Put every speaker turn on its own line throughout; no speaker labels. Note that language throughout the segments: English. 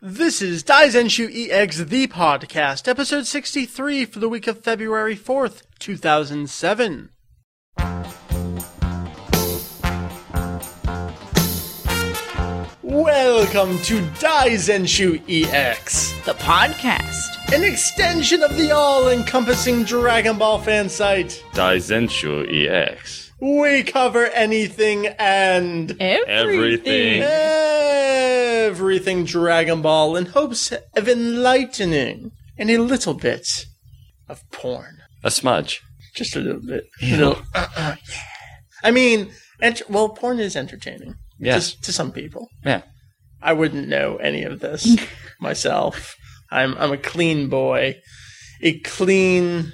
This is Daizenshu EX The Podcast, episode 63 for the week of February 4th, 2007. Welcome to Daizenshu EX,
the podcast.
an extension of the all encompassing Dragon Ball fan site.
Daizenshu EX.
We cover anything and
Everything.
everything Dragon Ball in hopes of enlightening and a little bit of porn.
A smudge.
Just a little bit. You know, uh-uh, yeah. I mean, ent- well, porn is entertaining.
Yes.
To, to some people.
Yeah.
I wouldn't know any of this myself. I'm, I'm a clean boy, a clean,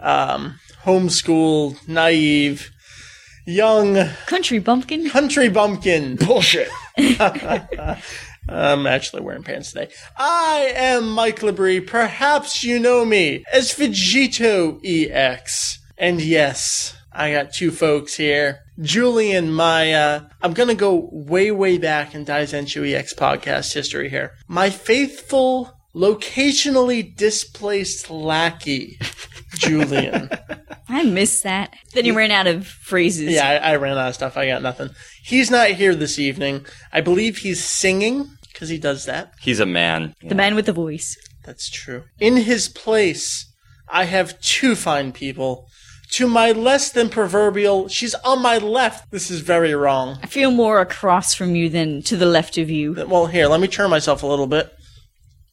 um, homeschooled, naive, young
Country bumpkin.
country bumpkin. Bullshit. I'm actually wearing pants today. I am Mike Labrie. Perhaps you know me as Vegito EX. And yes, I got two folks here. Julie and Maya. I'm gonna go way, way back in Daizenshu EX podcast history here. My faithful, locationally displaced lackey, Julian.
I miss that. Then you ran out of phrases.
Yeah, I, I ran out of stuff. I got nothing. He's not here this evening. I believe he's singing because he does that.
He's a man.
The man with the voice.
That's true. In his place, I have two fine people. To my less than proverbial, she's on my left. This is very wrong.
I feel more across from you than to the left of you.
Well, here, let me turn myself a little bit.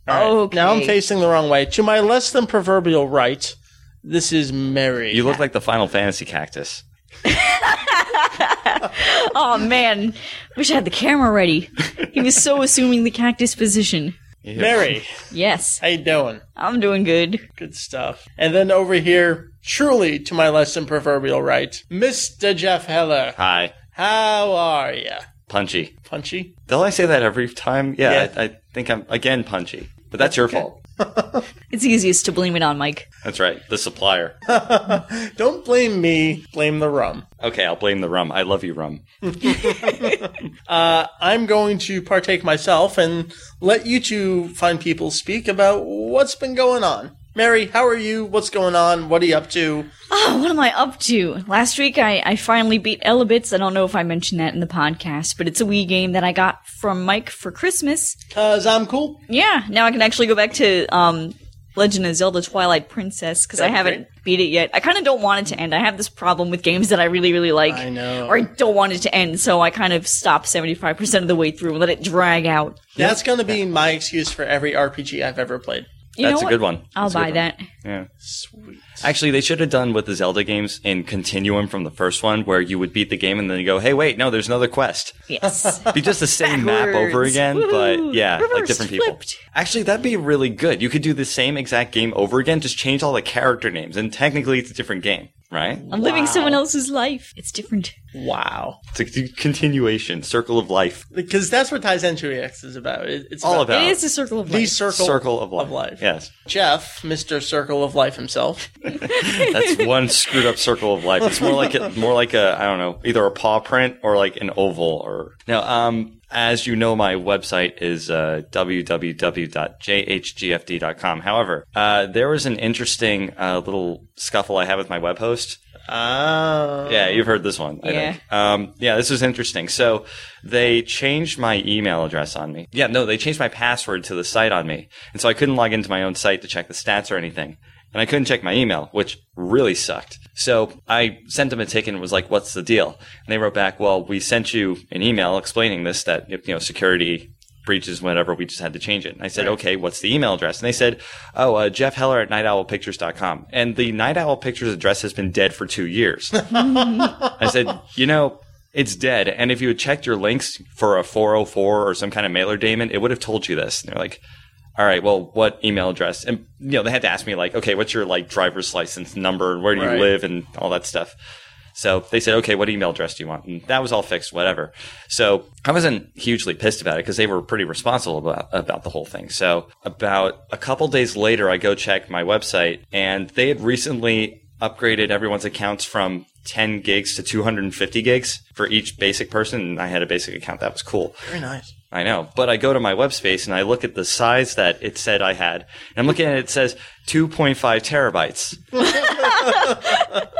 All right, Now I'm
Okay.
facing the wrong way. To my less than proverbial right, this is Mary.
You look like the Final Fantasy cactus.
Oh man, wish I had the camera ready. He was so assuming the cactus position.
Ew.
Mary.
Yes,
How you doing?
I'm doing good.
Good stuff. And then over here, truly to my less than proverbial right, Mr. Jeff Heller.
Hi.
How are you?
Punchy.
Punchy?
Don't I say that every time? Yeah,
Yeah.
I, I think I'm, again, punchy. But that's your fault.
It's easiest to blame it on Mike.
That's right. The supplier.
Don't blame me, blame the rum.
Okay, I'll blame the rum. I love you, rum.
I'm going to partake myself and let you two fine people speak about what's been going on. Mary, how are you? What's going on? What are you up to?
Oh, what am I up to? Last week I, I finally beat Elabits. I don't know if I mentioned that in the podcast, but it's a Wii game that I got from Mike for Christmas.
Cause I'm cool.
Yeah, now I can actually go back to um, Legend of Zelda Twilight Princess because I
That'd be
haven't beat it yet. I kind of don't want it to end. I have this problem with games that I really, really like.
I know.
Or I don't want it to end, so I kind of stop 75% of the way through and let it drag out.
That's going to be my excuse for every RPG I've ever played.
You
that's
know what?
a good one.
I'll
That's a
buy
good one.
that.
Yeah.
Sweet.
Actually, they should have done with the Zelda games in Continuum from the first one, where you would beat the game and then you go, hey, wait, no, there's another quest.
Yes.
be just the same map over
Backwards.
again,
Woo-hoo.
but yeah, like
Reverse
different people.
flipped.
Actually, that'd be really good. You could do the same exact game over again, just change all the character names, and technically it's a different game, right?
I'm living
Wow.
someone else's life. It's different.
Wow.
It's a c- continuation, circle of life,
Because that's what Taizenchu EX is about. It- It's
all
about
about
It is a circle of
the
life.
circle,
circle of life.
life.
Yes,
Jeff, Mr. Circle of Life himself.
that's one screwed up circle of life. It's more like a, more like a I don't know, either a paw print or like an oval or now. Um, as you know, my website is uh, www.jhgfd.com. However, uh, there was an interesting uh, little scuffle I had with my web host.
Ah.
Yeah, you've heard this one. I
Yeah.
Think. Um, yeah, this is interesting. So they changed my email address on me. Yeah, no, they changed my password to the site on me. And so I couldn't log into my own site to check the stats or anything. And I couldn't check my email, which really sucked. So I sent them a ticket and was like, what's the deal? And they wrote back, well, we sent you an email explaining this, that, you know, security breaches, whatever. We just had to change it. And I said, okay, what's the email address? And they said, oh, uh, Jeff Heller at nightowlpictures.com. And the Night Owl Pictures address has been dead for two years. I said, you know, it's dead. And if you had checked your links for a 404 or some kind of mailer daemon, it would have told you this. And they're like, all right, well, what email address? And, you know, they had to ask me, like, okay, what's your, like, driver's license number and where do you
Right.
live and all that stuff. So they said, okay, what email address do you want? And that was all fixed, whatever. So I wasn't hugely pissed about it because they were pretty responsible about, about the whole thing. So about a couple days later, I go check my website and they had recently upgraded everyone's accounts from 10 gigs to 250 gigs for each basic person. And I had a basic account. That was cool.
Very nice.
I know, but I go to my web space and I look at the size that it said I had, and I'm looking at it, it says 2.5 terabytes.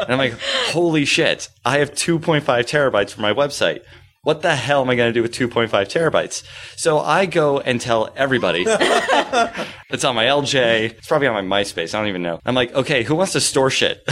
and I'm like, holy shit, I have 2.5 terabytes for my website. What the hell am I going to do with 2.5 terabytes? So I go and tell everybody. it's on my LJ. It's probably on my MySpace. I don't even know. I'm like, okay, who wants to store shit?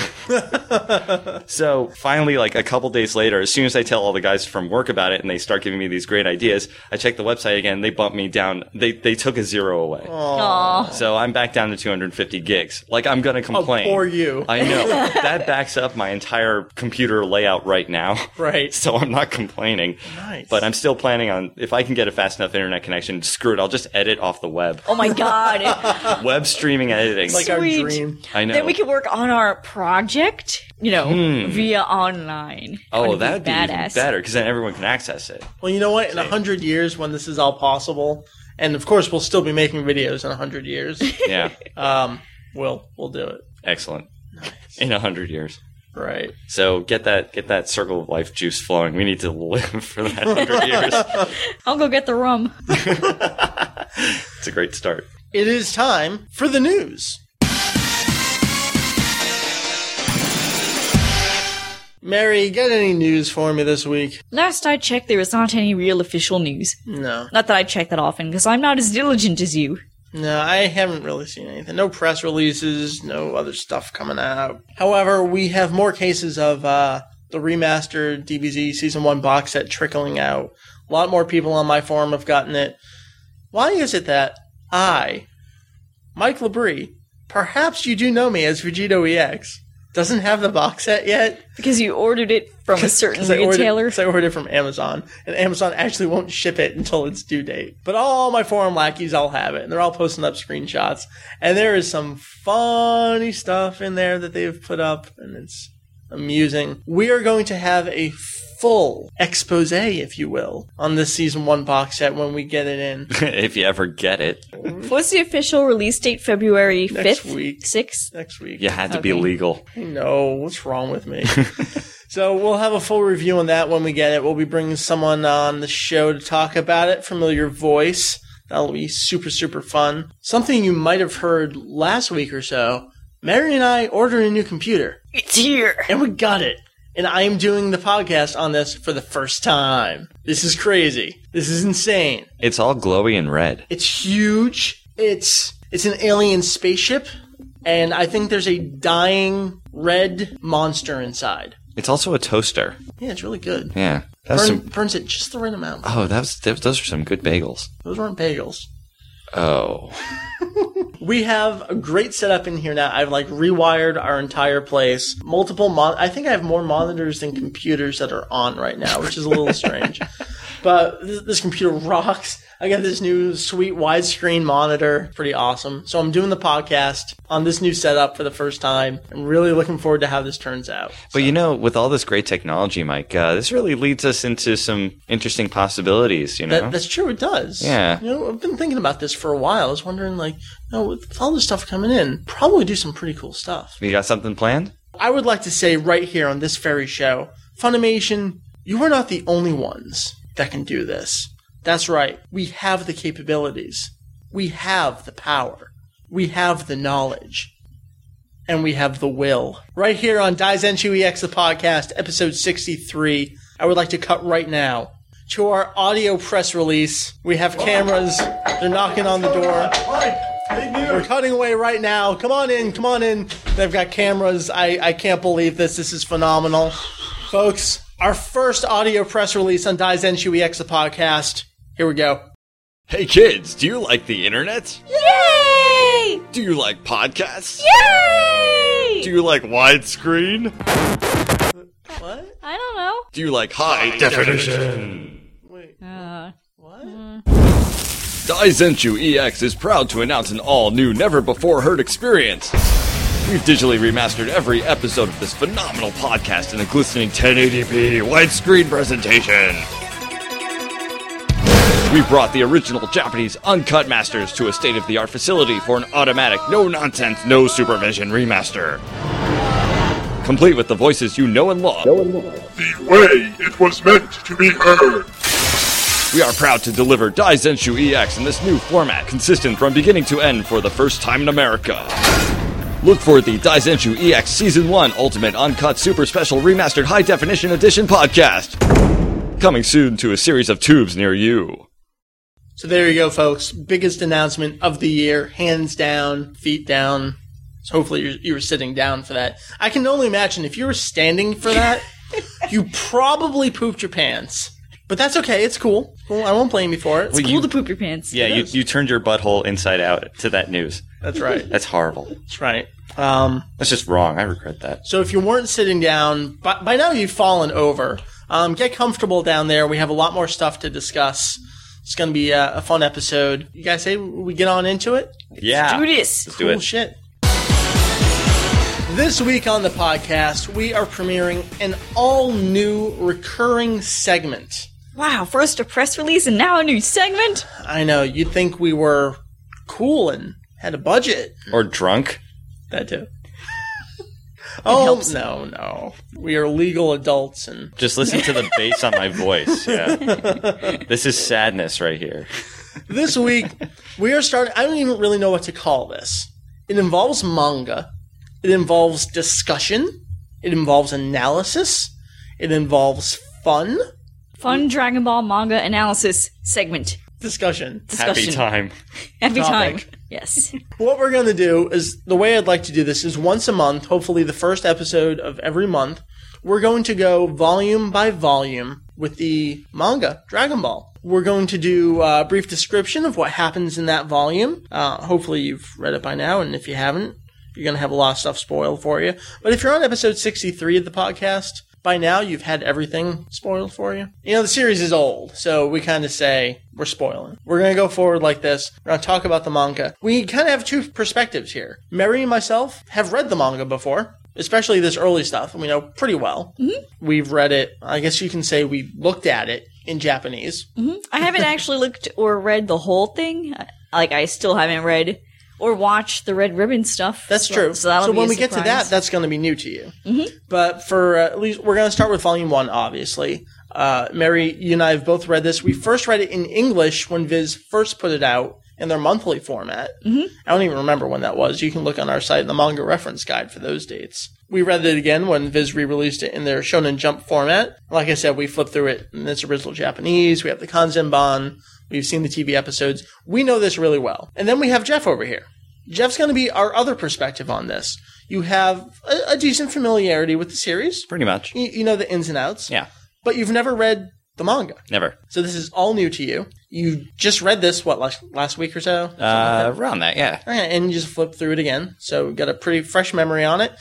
So finally, like a couple days later, as soon as I tell all the guys from work about it and they start giving me these great ideas, I check the website again. They bump me down. They they took a zero away.
Aw.
So I'm back down to 250 gigs. Like I'm gonna complain.
Oh, poor you.
I know that backs up my entire computer layout right now.
Right.
So I'm not complaining.
Nice.
But I'm still planning on if I can get a fast enough internet connection. Screw it. I'll just edit off the web.
Oh my god.
Web streaming editing.
Oh. like our
Sweet.
dream.
I know. Hmm.
Then we can work on our project, you know, via online.
oh,
Wouldn't it
that'd be, even
badass?
better because then everyone can access it.
Well, you know what? In a hundred years, when this is all possible, and of course we'll still be making videos in a hundred years,
Yeah.
um, we'll we'll do it.
Excellent. In a hundred years.
Right.
So get that get that circle of life juice flowing. We need to live for that hundred years.
I'll go get the rum.
It's a great start.
It is time for the news. Mary, got any news for me this week?
Last I checked, there was not any real official news.
No.
Not that I check that often, because I'm not as diligent as you.
No, I haven't really seen anything. No press releases, no other stuff coming out. However, we have more cases of uh, the remastered DBZ Season 1 box set trickling out. A lot more people on my forum have gotten it. Why is it that I, Mike Labrie, perhaps you do know me as Vegito EX, doesn't have the box set yet?
Because you ordered it from a certain
I ordered,
retailer.
'cause I ordered it from Amazon, and Amazon actually won't ship it until its due date. But all my forum lackeys all have it, and they're all posting up screenshots. And there is some funny stuff in there that they've put up, and it's amusing. We are going to have a full expose, if you will, on this season one box set when we get it in.
if you ever get it,
What's the official release date? February 5th?
Next week.
6th?
Next week.
you had to be
Okay.
legal.
No, what's wrong with me? so we'll have a full review on that when we get it. We'll be bringing someone on the show to talk about it. Familiar voice. That'll be super super fun. Something you might have heard last week or so. Mary and I ordered a new computer,
It's here!
and we got it. And I am doing the podcast on this for the first time. This is crazy. This is insane.
It's all glowy and red.
It's huge. It's it's an alien spaceship, and I think there's a dying red monster inside.
It's also a toaster.
Yeah, it's really good.
Yeah. That's
Burn,
some
burns it just the right amount.
Oh, that's those are some good bagels.
Those weren't bagels.
Oh.
We have a great setup in here now. I've like rewired our entire place. Multiple mon- I think I have more monitors than computers that are on right now, which is a little strange. But this, this computer rocks. I got this new sweet widescreen monitor. Pretty awesome. So I'm doing the podcast on this new setup for the first time. I'm really looking forward to how this turns out.
But you know, with all this great technology, Mike, uh, this really leads us into some interesting possibilities, you know?
That, that's true. It does.
Yeah.
You know, I've been thinking about this for a while. I was wondering, like, you know, with all this stuff coming in, probably do some pretty cool stuff.
you got something planned?
I would like to say right here on this very show, Funimation, you are not the only ones that can do this. That's right. We have the capabilities. We have the power. We have the knowledge. And we have the will. Right here on Daizenshu EX, the podcast, episode 63, I would like to cut right now to our audio press release. We have cameras. They're knocking on the door. We're cutting away right now. Come on in, come on in. They've got cameras. I, I can't believe this. This is phenomenal. Folks, our first audio press release on Daizenshu EX, the podcast. Here we go.
Hey kids, do you like the internet?
Yay!
Do you like podcasts?
Yay!
you like widescreen?
What?
I don't know.
Do you like high definition?
Wait,
Uh,
what?
Daizenchu EX E is proud to announce an all new, never before heard experience. We've digitally remastered every episode of this phenomenal podcast in a glistening 1080p widescreen presentation. We brought the original Japanese uncut masters to a state of the art facility for an automatic, no nonsense, no supervision remaster. Complete with the voices you know and love.
way it was meant to be heard.
We are proud to deliver Dai Zenshu EX in this new format, consistent from beginning to end for the first time in America. Look for the Dai Zenshu EX Season 1 Ultimate Uncut Super Special Remastered High Definition Edition podcast. Coming soon to a series of tubes near you.
So there you go, folks. Biggest announcement of the year, hands down, feet down. So hopefully you you were sitting down for that. I can only imagine if you were standing for that, you probably pooped your pants. But that's okay. It's cool. Well, I won't blame you for it.
Cool to poop your pants.
Yeah, you, you turned your butthole inside out to that news.
That's right.
That's horrible.
That's right. Um,
That's just wrong. I regret that.
So if you weren't sitting down, by, by now you've fallen over. Um, get comfortable down there. We have a lot more stuff to discuss. It's going to be a, a fun episode. You guys say we get on into it?
Yeah.
Do this.
Do
cool
it.
shit. This week on the podcast, we are premiering an all new recurring segment.
Wow, first a press release and now a new segment?
I know, you'd think we were cool and had a budget.
Or drunk.
That too. oh, no, no. We are legal adults and
Just listen to the bass on my voice. Yeah. this is sadness right here.
this week we are starting i don't even really know what to call this it involves manga it involves discussion it involves analysis it involves fun
Fun Dragon Ball manga analysis segment.
discussion
Happy
Discussion.
time.
Every time.
Topic.
Yes.
what we're going to do is the way i'd like to do this is once a month hopefully the first episode of every month we're going to go volume by volume with the manga dragon ball we're going to do a brief description of what happens in that volume uh, hopefully you've read it by now and if you haven't you're going to have a lot of stuff spoiled for you. But if you're on episode 63 of the podcast, by now you've had everything spoiled for you. You know, the series is old, so we kind of say we're spoiling. We're going to go forward like this. We're going to talk about the manga. We kind of have two perspectives here. Mary and myself have read the manga before. Especially this early stuff, we know pretty well. We've read it. I guess you can say we looked at it in Japanese.
I haven't actually looked or read the whole thing. Uh, Like, I still haven't read or watched the Red Ribbon stuff.
That's
So-
true.
So, that'll be
when
a
we get to that,
surprise. Mm-hmm.
that's going to be new to you. But for uh, at least, we're going to start with volume one, obviously. Uh, Mary, you and I have both read this. We first read it in English when Viz first put it out in their monthly format. Mm-hmm. I don't even remember when that was. You can look on our site in the manga reference guide for those dates. We read it again when Viz re released it in their Shonen Jump format. Like I said, we flipped through it in its original Japanese. We have the Kanzenban. We've seen the TV episodes. We know this really well. And then we have Jeff over here. Jeff's going to be our other perspective on this. You have a, a decent familiarity with the series.
Pretty much.
You, you know the ins and outs.
Yeah.
But you've never read the manga.
Never.
So this is all new to you. You just read this, what, last, last week or so?
Uh, around that, yeah.
Okay, and you just flip through it again. So we've got a pretty fresh memory on it.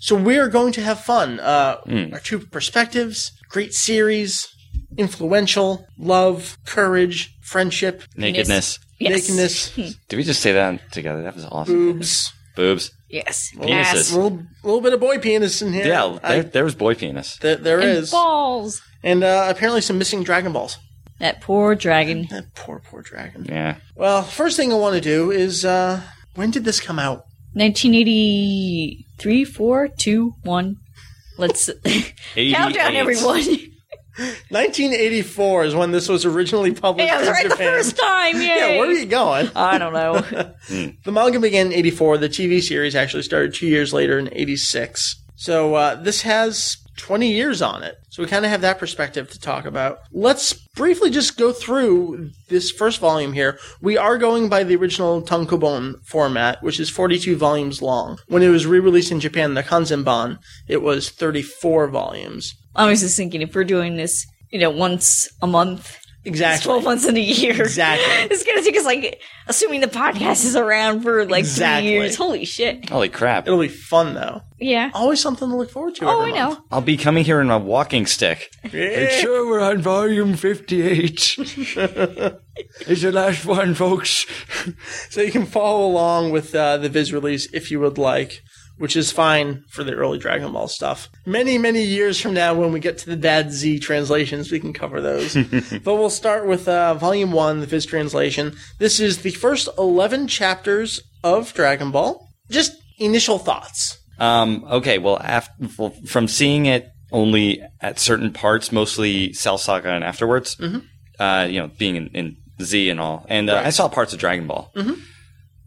So we're going to have fun. Uh,
Hmm.
Our two perspectives, great series, influential, love, courage, friendship,
Nakedness.
Yes.
nakedness,
Did we just say that together? That was awesome.
boobs,
Boobs.
Yes.
Penises.
a little, little bit of boy penis in here.
Yeah,
I-
there, there was boy penis.
Th- there
And
is.
balls.
And uh, apparently some missing Dragon Balls.
That poor dragon.
That poor, poor dragon.
Yeah.
Well, first thing I want to do is uh, when did this come out?
1983, 4, 2, 1. Let's
88.
countdown, everyone. hey,
1984 is when this was originally published
I was
in
right the
Japan.
first time. Yay.
yeah, where are you going?
I don't know.
The manga began in 84. The TV series actually started two years later in 86. So uh, this has 20 years on it. So we kind of have that perspective to talk about. Let's briefly just go through this first volume here. We are going by the original Tankobon format, which is 42 volumes long. When it was re-released in Japan, the Kanzenban, it was 34 volumes.
I was just thinking if we're doing this, you know, once a month, it's
Exactly.
12 months in a year.
Exactly.
it's going to take us, like, assuming the podcast is around for, like,
Exactly.
three years. Holy shit.
Holy crap.
It'll be fun though.
Yeah.
Always something to look forward to.
Oh, I
every month.
know.
I'll be coming here in my walking stick.
Yeah.
sure we're on volume 58. it's the last one, folks.
So you can follow along with uh, the Viz release if you would like, which is fine for the early Dragon Ball stuff. Many, many years from now, when we get to the bad Z translations, we can cover those. but we'll start with uh, Volume 1, the Viz translation. This is the first 11 chapters of Dragon Ball. Just initial thoughts.
Um, okay, well, af- well, from seeing it only at certain parts, mostly Cell Saga and afterwards,
Mm-hmm.
uh, you know, being in, in Z and all. And uh, I saw parts of Dragon Ball.
Mm-hmm.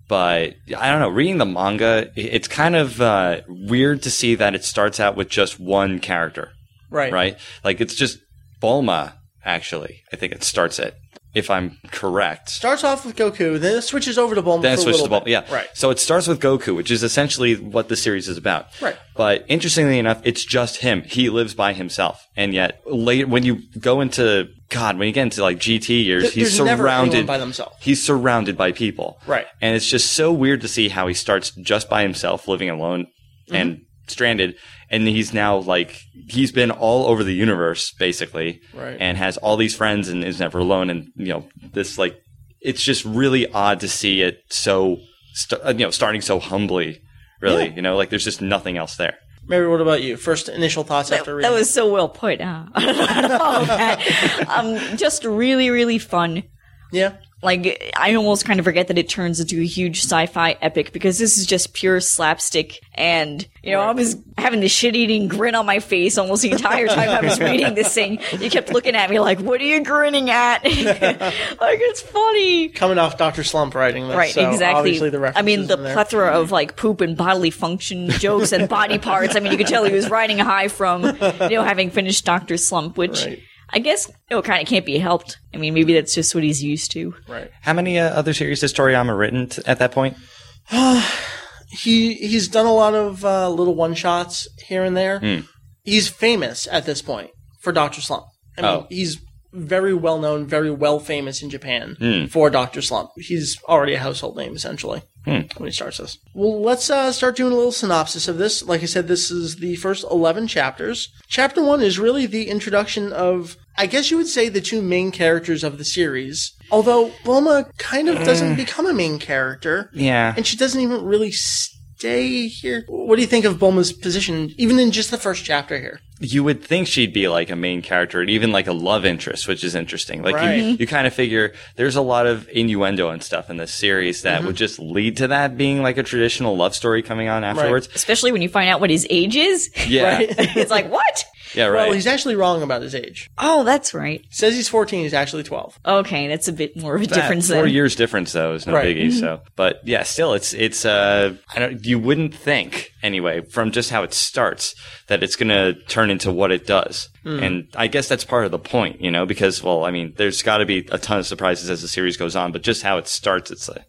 But I don't know. Reading the manga, i- it's kind of uh, weird to see that it starts out with just one character,
Right.
right? Like it's just Bulma. Actually, I think it starts it. If I'm correct,
Starts off with Goku, then it switches over to Bulma.
then it
for a
switches to
little
Bulma.
bit.
Yeah,
Right.
So it starts with Goku, which is essentially what the series is about.
Right.
But interestingly enough, it's just him. He lives by himself, and yet later, when you go into Uh, God, when you get into like GT years,
Th-
he's
there's never
surrounded
anyone by themself.
He's surrounded by people.
Right.
And it's just so weird to see how he starts just by himself, living alone
Mm-hmm.
and stranded, and he's now like he's been all over the universe basically,
Right.
And has all these friends and is never alone, and you know this like it's just really odd to see it so st- uh, you know starting so humbly really
Yeah.
you know like there's just nothing else there
Mary, what about you? First initial thoughts
That,
after
that
reading.
was so well put. Uh, all of that. um, just really, really fun.
yeah.
Like I almost kind of forget that it turns into a huge sci-fi epic because this is just pure slapstick, and you know I was having this shit-eating grin on my face almost the entire time I was reading this thing. You kept looking at me like, "What are you grinning at?" like it's funny.
Coming off Doctor Slump writing this,
Right,
so
exactly.
Obviously, the references
I mean, the
in there.
plethora of like poop and bodily function jokes and body parts. I mean, you could tell he was riding high from you know having finished Doctor Slump, which
Right.
I guess you know, kind of can't be helped. I mean, maybe that's just what he's used to.
Right.
how many uh, other series has toriyama written t- at that point
He he's done a lot of uh, little one shots here and there. He's famous at this point for Doctor Slump. I mean,
Oh.
he's very well known, very well famous in Japan for Doctor Slump. He's already a household name essentially when he starts this. Well, let's uh, start doing a little synopsis of this. Like I said, this is the first eleven chapters. Chapter one is really the introduction of. I guess you would say the two main characters of the series. Although Bulma kind of doesn't become a main character.
yeah
And she doesn't even really stay here. What do you think of Bulma's position, even in just the first chapter here?
you would think she'd be like a main character and even like a love interest, which is interesting. Like
Right.
you, you kind of figure there's a lot of innuendo and stuff in this series that would just lead to that being like a traditional love story coming on afterwards.
Especially when you find out what his age is.
Yeah.
it's like what?
Yeah. Right.
Well, he's actually wrong about his age.
Oh, that's right.
Says he's 14, he's actually Uh, 12.
Okay, that's a bit more of a
That
difference.
four
than
years difference though is no
Right. Mm-hmm.
biggie. So, but yeah, still it's it's uh I don't you wouldn't think anyway from just how it starts that it's gonna turn into what it does,
Hmm.
and I guess that's part of the point, you know, because well, I mean, there's got to be a ton of surprises as the series goes on, but just how it starts, it's uh,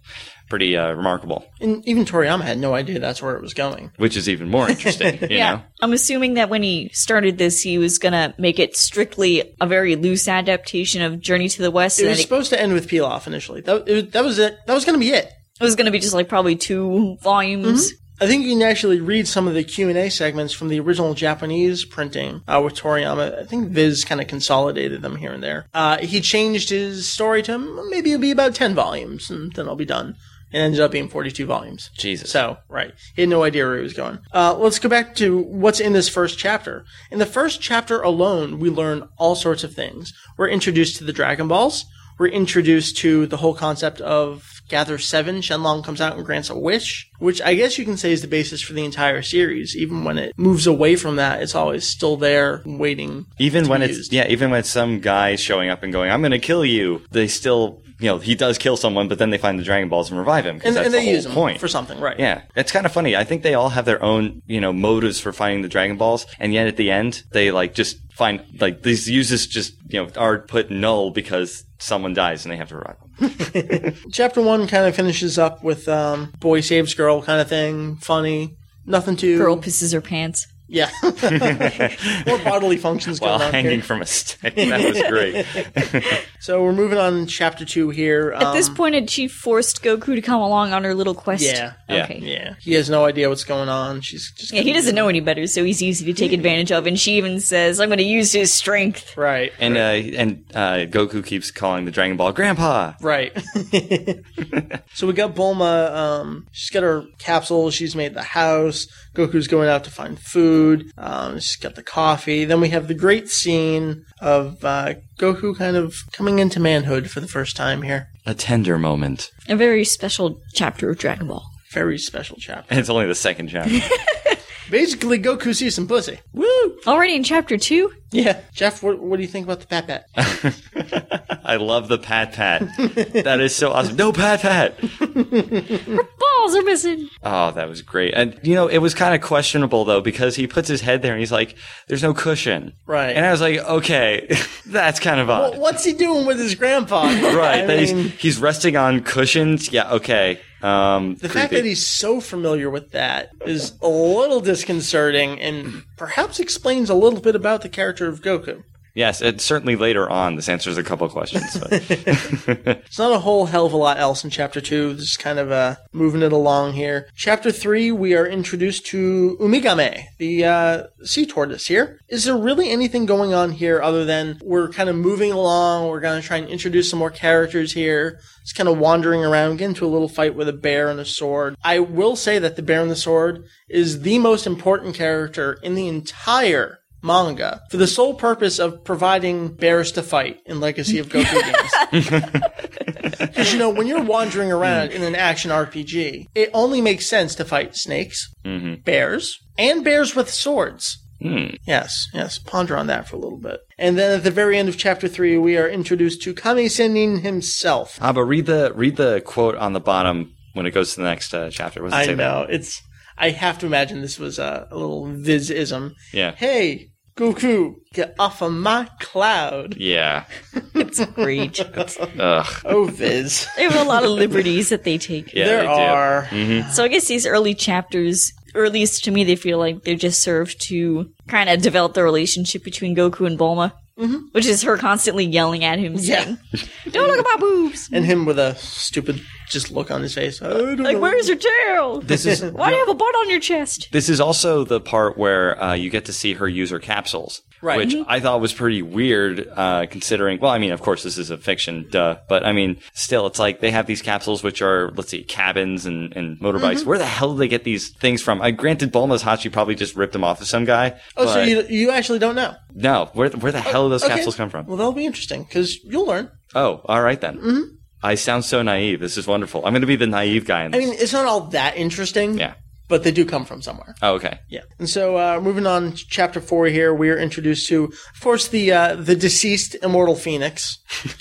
pretty uh, remarkable,
And even Toriyama had no idea that's where it was going.
which is even more interesting, you know.
I'm assuming that when he started this, he was gonna make it strictly a very loose adaptation of Journey to the West,
It
and
was
then it
supposed to end with Pilaf initially. That, it, was- that was it. That was going to be it.
it was gonna be just like probably two volumes.
I think you can actually read some of the Q&A segments from the original Japanese printing uh, with Toriyama. I think Viz kind of consolidated them here and there. Uh, he changed his story to mm, maybe it'll be about 10 volumes, and then I'll be done. It ended up being 42 volumes.
Jesus.
So, right. He had no idea where he was going. Uh, let's go back to what's in this first chapter. In the first chapter alone, we learn all sorts of things. We're introduced to the Dragon Balls. We're introduced to the whole concept of Gather 7. Shenlong comes out and grants a wish, which I guess you can say is the basis for the entire series. Even when it moves away from that, it's always still there waiting.
Even when it's
used.
yeah, even when it's some guy showing up and going, "I'm going to kill you," they still, you know, he does kill someone, but then they find the Dragon Balls and revive him. 'cause
And,
that's
and
the
they
whole
use them
point.
for something, right?
Yeah, it's kind of funny. I think they all have their own, you know, motives for finding the Dragon Balls, and yet at the end, they like just find like these uses just you know are put null because someone dies and they have to revive them.
chapter one kind of finishes up with um, boy saves girl kind of thing, funny, nothing too.
Girl pisses her pants.
Yeah. More bodily functions going
While
on here.
hanging from a stick, that was great.
So we're moving on to chapter two here. Um,
At this point, had she forced Goku to come along on her little quest?
Yeah.
Yeah.
Okay. Yeah.
yeah, he has no idea what's going on. She's just
he doesn't know any better, so he's easy to take advantage of. And she even says, "I'm going to use his strength."
right,
And uh, and uh, Goku keeps calling the Dragon Ball Grandpa.
right. so we got Bulma. Um, she's got her capsule. She's made the house. Goku's going out to find food. Um, she's got the coffee. Then we have the great scene of uh, Goku kind of coming into manhood for the first time here.
A tender moment.
A very special chapter of Dragon Ball.
Very special chapter.
And it's only the second chapter.
Basically, Goku sees some pussy. Woo!
Already in chapter two?
Yeah. Jeff, what, what do you think about the Pat Pat?
I love the pat pat. that is so awesome. No pat pat.
Balls are missing.
Oh, that was great. And you know, it was kind of questionable though because he puts his head there and he's like, "There's no cushion."
Right.
And I was like, "Okay, that's kind of odd."
Well, what's he doing with his grandpa?
right.
I
that he's-
mean,
he's, resting on cushions. Yeah. Okay. Um,
the fact that he's so familiar with that is a little disconcerting and perhaps explains a little bit about the character of Goku.
yes, and certainly later on, this answers a couple of questions. But
It's not a whole hell of a lot else in chapter two. This is kind of uh, moving it along here. Chapter three, we are introduced to Umigame, the uh, sea tortoise here. Is there really anything going on here other than we're kind of moving along? We're going to try and introduce some more characters here. It's kind of wandering around, get into a little fight with a bear and a sword. I will say that the bear and the sword is the most important character in the entire manga for the sole purpose of providing bears to fight in Legacy of Goku games. Because you know, when you're wandering around in an action RPG, it only makes sense to fight snakes, bears, and bears with swords. Yes, yes. Ponder on that for a little bit. And then at the very end of chapter three, we are introduced to Kame Senin himself.
Ah, but read the read the quote on the bottom when it goes to the next uh, chapter. What does it
I
say there?
know it's. I have to imagine this was a, a little Vizism.
Yeah.
Hey, Goku, get off of my cloud.
Yeah.
It's great.
Ugg.
Oh, Viz.
There are a lot of liberties that they take.
Yeah,
there
they do.
are.
So I guess these early chapters, or at least to me, they feel like they just serve to kind of develop the relationship between Goku and Bulma, which is her constantly yelling at him,
Mm-hmm. Yeah.
saying, "Don't look at my boobs!
And him with a stupid just look on his face. I don't
Like,
know.
where's your tail?
This is
Why do you have a butt on your chest?"
This is also the part where uh, you get to see her use her capsules,
Right.
which
Mhm.
I thought was pretty weird, uh, considering. Well, I mean, of course, this is a fiction, duh. But I mean, still, it's like they have these capsules, which are let's see, cabins and, and motorbikes.
Mm-hmm.
Where the hell do they get these things from? I granted, Bulma's Hachi probably just ripped them off of some guy.
Oh, so
but
you, you actually don't know?
no, where where the hell do those
Okay.
capsules come from?
Well, that'll be interesting because you'll learn.
Oh, all right then.
Mm-hmm.
I sound so naive. This is wonderful. I'm going to be the naive guy in
I
this.
mean, it's not all that interesting.
yeah.
But they do come from somewhere.
Oh, okay.
Yeah. And so, uh, moving on to chapter four here, we are introduced to, of course, the uh, the deceased immortal phoenix.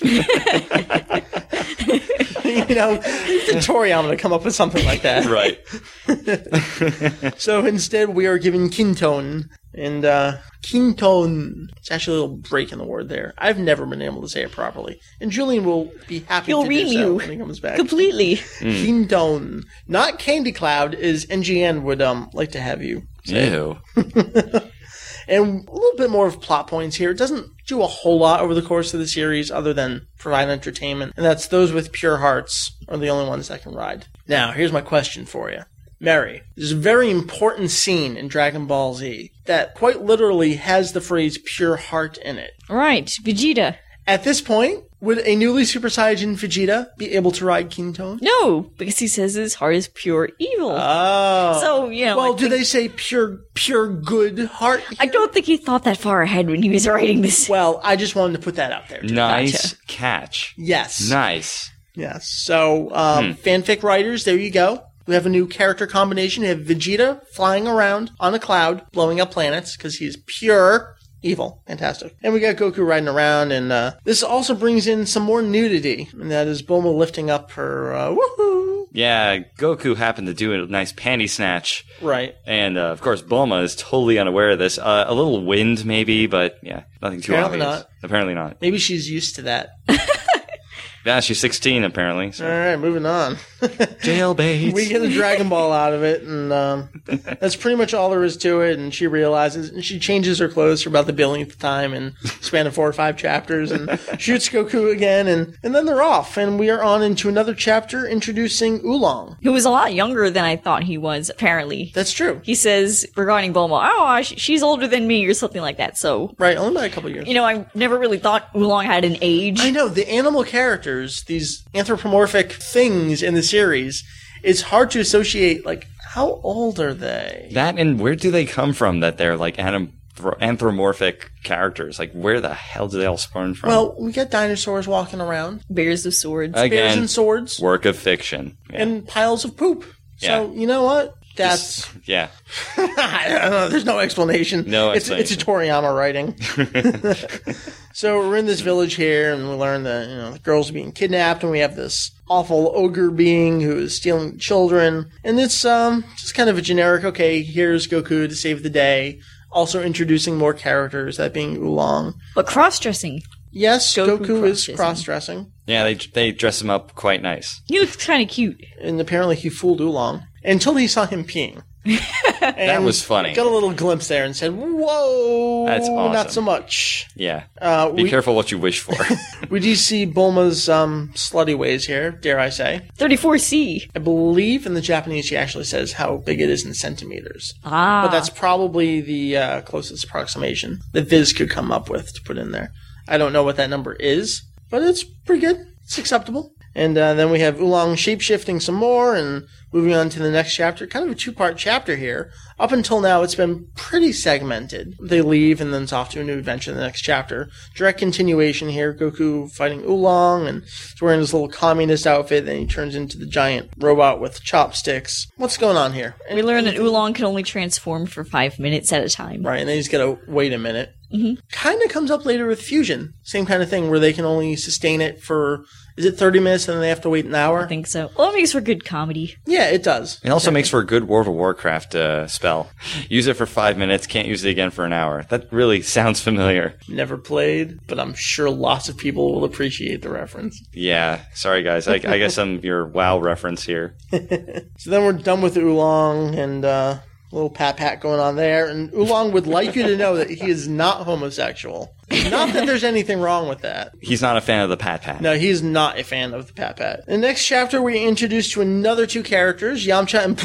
you know, the Toriyama to come up with something like that.
Right.
So instead, we are given Kinton. And uh, Kinton, it's actually a little break in the word there. I've never been able to say it properly. And Julian will be happy
He'll
to
ream
do so
you
when he comes back.
Completely.
Kingdom, not Candy Cloud, is NGN would um like to have you.
Ew.
And a little bit more of plot points here. It doesn't do a whole lot over the course of the series other than provide entertainment, and that's those with pure hearts are the only ones that can ride. Now, here's my question for you. Mary, there's a very important scene in Dragon Ball Z that quite literally has the phrase pure heart in it.
right, Vegeta.
At this point, would a newly Super Saiyan Vegeta be able to ride Kingdom?
No, because he says his heart is pure evil.
Oh.
so you know,
Well,
I,
do they say pure, pure good heart?
I don't think he thought that far ahead when he was writing this.
Well, I just wanted to put that out there.
Nice catch.
Yes.
Nice.
Yes. So, um, fanfic writers, there you go. We have a new character combination. We have Vegeta flying around on a cloud, blowing up planets because he's pure evil. Fantastic. And we got Goku riding around, and uh, this also brings in some more nudity, and that is Bulma lifting up her uh, woohoo.
Yeah, Goku happened to do a nice panty snatch.
Right.
And uh, of course, Bulma is totally unaware of this. Uh, a little wind, maybe, but yeah, nothing too
Apparently
obvious.
not.
Apparently not.
Maybe she's used to that.
Yeah, she's 16, apparently. So.
All right, moving on.
Jailbait.
Uh, we get a Dragon Ball out of it, and um, that's pretty much all there is to it. And she realizes, and she changes her clothes for about the billionth time in span of four or five chapters, and shoots Goku again, and and then they're off, and we are on into another chapter introducing Oolong.
He was a lot younger than I thought he was. Apparently,
That's true,
he says regarding Bulma, oh, I- she's older than me or something like that. So,
right? Only by a couple years.
you know, I never really thought Oolong had an age.
I know the animal characters, these anthropomorphic things in the series. It's hard to associate. Like, how old are they?
that and where do they come from that they're like anthro- anthropomorphic characters? Like, where the hell do they all spawn from?
Well, we got dinosaurs walking around,
Bears of swords.
bears
again,
and swords,
work of fiction. Yeah.
and piles of poop. So you know what? That's
Yeah.
I don't know. There's no explanation.
No
It's, it's a Toriyama writing. so we're in this village here, and we learn that you know the girls are being kidnapped, and we have this awful ogre being who is stealing children, and it's um just kind of a generic. Okay, here's Goku to save the day. Also introducing more characters, that being Oolong.
But cross dressing.
Yes,
Goku
Goku, is
cross-dressing.
cross-dressing,
Yeah, they they dress him up quite nice.
He looks kind of cute.
and apparently he fooled Oolong until he saw him peeing.
That was funny.
Got a little glimpse there and said, "Whoa,
That's awesome.
not so much."
Yeah.
Uh,
Be
we,
careful what you wish for.
we do see Bulma's um, slutty ways here, dare I say.
34C.
I believe in the Japanese she actually says how big it is in centimeters.
Ah.
But that's probably the uh, closest approximation that Viz could come up with to put in there. I don't know what that number is, but it's pretty good. It's acceptable. And uh, then we have Oolong shapeshifting some more and moving on to the next chapter. Kind of a two part chapter here. Up until now, it's been pretty segmented. They leave and then it's off to a new adventure in the next chapter. Direct continuation here Goku fighting Oolong and he's wearing his little communist outfit. Then he turns into the giant robot with chopsticks. What's going on here?
we learn that Oolong can only transform for five minutes at a time.
Right, and then he's got to wait a minute. Mm-hmm. Kind of comes up later with fusion. Same kind of thing where they can only sustain it for, is it 30 minutes and then they have to wait an hour?
I think so. Well, it makes for good comedy.
yeah, it does.
it also makes for a good World of Warcraft uh, spell. Use it for five minutes, can't use it again for an hour. That really sounds familiar.
Never played, but I'm sure lots of people will appreciate the reference.
Yeah. Sorry, guys. I, I guess I'm your WoW reference here.
So then we're done with Oolong and uh, little pat pat going on there. And Oolong would like you to know that he is not homosexual. Not that there's anything wrong with that.
He's not a fan of the Pat Pat.
No, he's not a fan of the Pat Pat. In the next chapter, we are introduced to another two characters, Yamcha and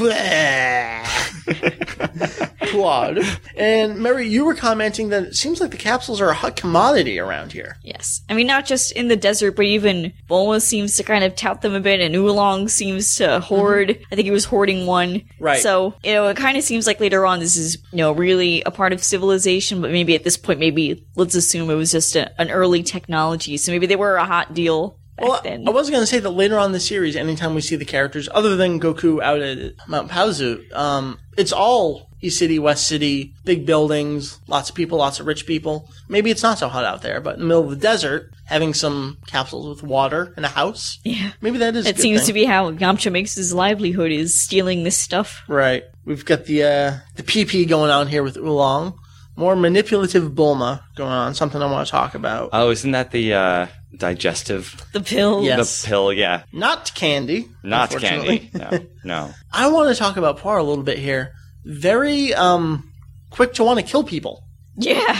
Bleh. Quad. And Mary, you were commenting that it seems like the capsules are a hot commodity around here.
Yes. I mean, not just in the desert, but even Bulma seems to kind of tout them a bit, and Oolong seems to hoard. I think he was hoarding one.
Mm-hmm. Right.
So, you know, it kind of seems like later on this is, you know, really a part of civilization, but maybe at this point, maybe let's assume it was just a, an early technology. So maybe they were a hot deal back
Well,
then.
I was going to say that later on in the series, anytime we see the characters other than Goku out at Mount Pauzu, um, it's all East City, West City, big buildings, lots of people, lots of rich people. Maybe it's not so hot out there, but in the middle of the desert, having some capsules with water and a house,
yeah.
maybe that is. a
It
good
seems
thing.
to be how Yamcha makes his livelihood is stealing this stuff.
Right. We've got the uh, the PP going on here with Oolong. More manipulative Bulma going on. Something I want to talk about.
Oh, isn't that the uh, digestive?
The pill.
Yeah. Yes.
The pill, yeah.
Not candy.
Not
unfortunately.
candy. No, no.
I want to talk about Poir a little bit here. Very um, quick to want to kill people.
Yeah.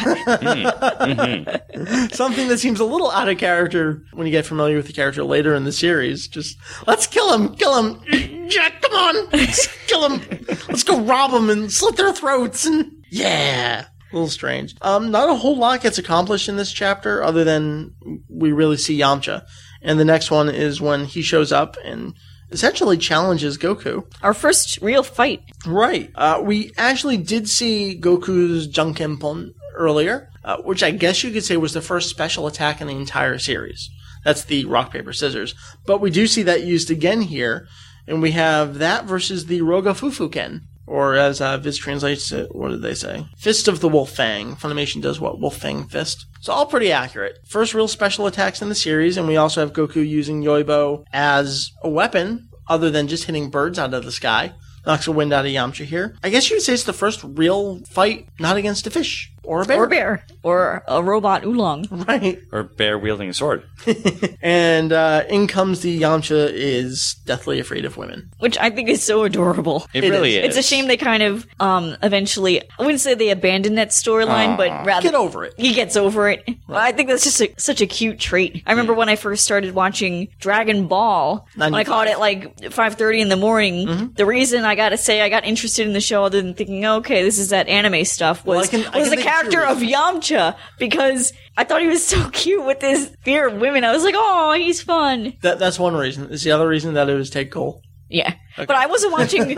Something that seems a little out of character when you get familiar with the character later in the series. Just let's kill him, kill him, Jack. Come on, let's kill him. Let's go rob them and slit their throats. And yeah, a little strange. Um, not a whole lot gets accomplished in this chapter, other than we really see Yamcha. And the next one is when he shows up and essentially challenges Goku.
Our first real fight.
Right. Uh, we actually did see Goku's Junkenpon earlier, uh, which I guess you could say was the first special attack in the entire series. That's the rock, paper, scissors. But we do see that used again here, and we have that versus the Roga Fufuken. Or as uh, Viz translates it, what did they say? Fist of the Wolf Fang. Funimation does what? Wolf Fang Fist. So all pretty accurate. First real special attacks in the series, and we also have Goku using Yoibo as a weapon, other than just hitting birds out of the sky. Knocks the wind out of Yamcha here. I guess you would say it's the first real fight not against a fish or a bear.
Or a bear. Or a robot oolong.
Right.
Or bear wielding a sword.
And uh, in comes the Yamcha is deathly afraid of women.
which I think is so adorable.
It, really
is.
is.
It's a shame they kind of um eventually I wouldn't say they abandoned that storyline, but rather
Get over it.
he gets over it. Well, I think that's just a, such a cute trait. I remember when I first started watching Dragon Ball, when I
95.
caught it like 5:30 in the morning.
Mm-hmm.
The reason I got to say I got interested in the show other than thinking, "Okay, this is that anime stuff," was
I can- I can
was the
think
character
through
of Yamcha because I thought he was so cute with his fear of women. I was like, "Oh, he's fun."
That, that's one reason. It's the other reason that it was Ted Cole.
Yeah, but I wasn't watching. you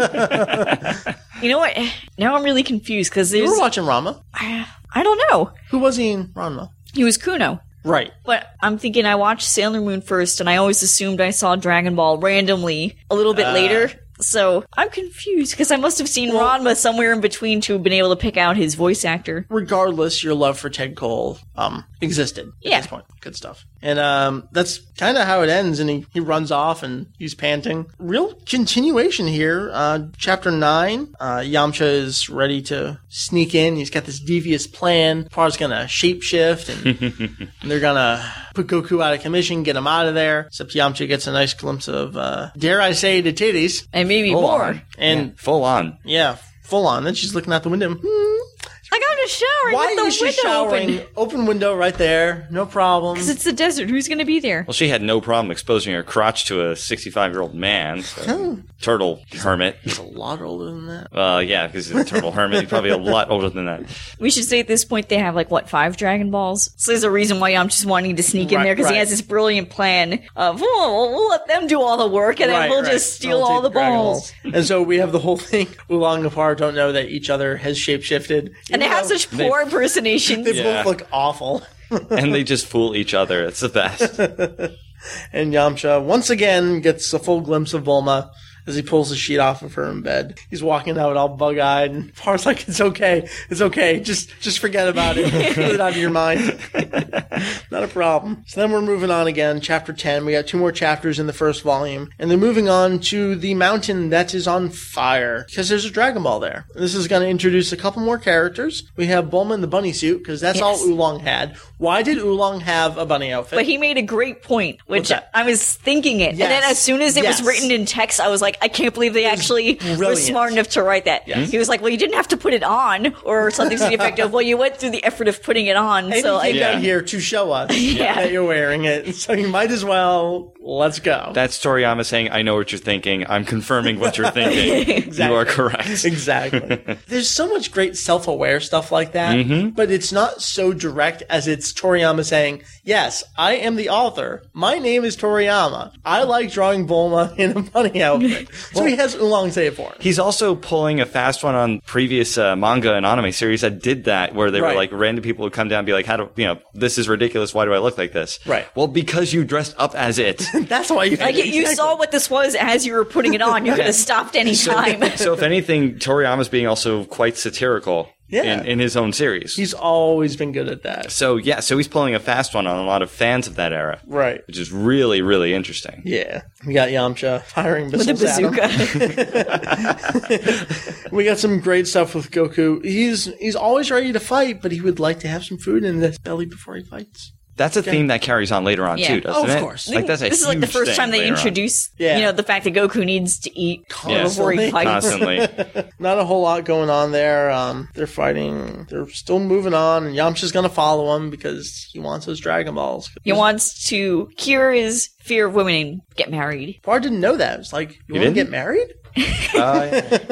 know what? Now I'm really confused because
You
there's
were watching Rama.
I, I don't know.
Who was he in Ranma?
He was Kuno,
Right.
but I'm
Ah.
thinking I watched Sailor Moon first, and I always assumed I saw Dragon Ball randomly a little bit later. So I'm confused because I must have seen Ranma somewhere in between to have been able to pick out his voice actor.
regardless, your love for Ted Cole um, existed at
Yeah.
this point. Good stuff. And um, that's kind of how it ends. And he, he runs off and he's panting. Real continuation here. Uh, chapter 9, uh, Yamcha is ready to sneak in. He's got this devious plan. Par's going to shapeshift and, and they're going to put Goku out of commission, get him out of there. Except Yamcha gets a nice glimpse of, uh, dare I say, the titties.
And maybe
Full
more.
on.
And
Full on.
yeah, full on. Then she's looking out the window. Hmm.
I got in a shower.
Why
with the
is she
window
showering?
open.
Open. window right there, no problem.
Because it's the desert. Who's going to be there?
Well, she had no problem exposing her crotch to a 65 year old man. so- turtle hermit.
It's a lot older than that.
Uh, yeah, because he's a turtle hermit. He's probably a lot older than that.
We should say at this point they have like what five Dragon Balls. So there's a reason why I'm just wanting to sneak in
Right,
there because he
right.
has this brilliant plan of oh, we'll let them do all the work and then
Right,
we'll
right.
just steal
I'll
all
take
the
Dragon
balls.
and so we have the whole thing. Oolong and Par don't know that each other has shapeshifted.
And they
even
have
though
such poor impersonations.
They
Yeah.
both look awful.
And they just fool each other. It's the best.
And Yamcha once again gets a full glimpse of Bulma as he pulls the sheet off of her in bed. He's walking out all bug eyed, and Par's like, "It's okay, it's okay. Just just forget about it. Put it out of your mind. Not a problem." So then we're moving on again. Chapter ten. We got two more chapters in the first volume, and they're moving on to the mountain that is on fire because there's a Dragon Ball there. This is going to introduce a couple more characters. We have Bulma in the bunny suit because that's all
Yes.
Oolong had. Why did Oolong have a bunny outfit?
But he made a great point, which
that?
I was thinking it. And then
Yes.
as soon as it
Yes.
was written in text, I was like, I can't believe they actually were
brilliant.
smart enough to write that. He was like, Well, you didn't have to put it on, or something to the effect of, Well, you went through the effort of putting it on.
And
so
you came
I,
Yeah.
down here to show us
Yeah.
that you're wearing it, so you might as well. Let's go.
That's Toriyama saying, I know what you're thinking. I'm confirming what you're thinking. You are correct.
exactly. There's so much great self-aware stuff like that,
Mm-hmm.
but it's not so direct as it's Toriyama saying, "Yes, I am the author. My name is Toriyama. I like drawing Bulma in a bunny outfit." so he has Oolong say it for him.
He's also pulling a fast one on previous uh, manga and anime series that did that, where they
Right.
were like random people would come down and be like, "How do you know this is ridiculous? Why do I look like this?"
Right.
Well, because you dressed up as it.
That's why you
like, you- you saw what this was as you were putting it on. You could have stopped any time.
so, if anything, Toriyama's being also quite satirical
Yeah.
in, in his own series.
He's always been good at that.
so yeah, so he's pulling a fast one on a lot of fans of that era,
Right.
which is really really interesting.
Yeah. We got Yamcha firing
With
missiles
a
at him.
bazooka.
We got some great stuff with Goku. He's he's always ready to fight, but he would like to have some food in his belly before he fights.
That's a theme that carries on later on
Yeah.
too, doesn't
Oh, of
it?
course.
Like that's a
this is like the
huge
first
thing
time they
later on.
introduced,
Yeah.
you know, the fact that Goku needs to eat before
Constantly.
he fights.
constantly.
Not a whole lot going on there. Um, they're fighting. They're still moving on, and Yamcha's gonna follow him because he wants those Dragon Balls.
He wants to cure his fear of women and get married.
Par didn't know that. It's like you want to
didn't?
get married.
Uh,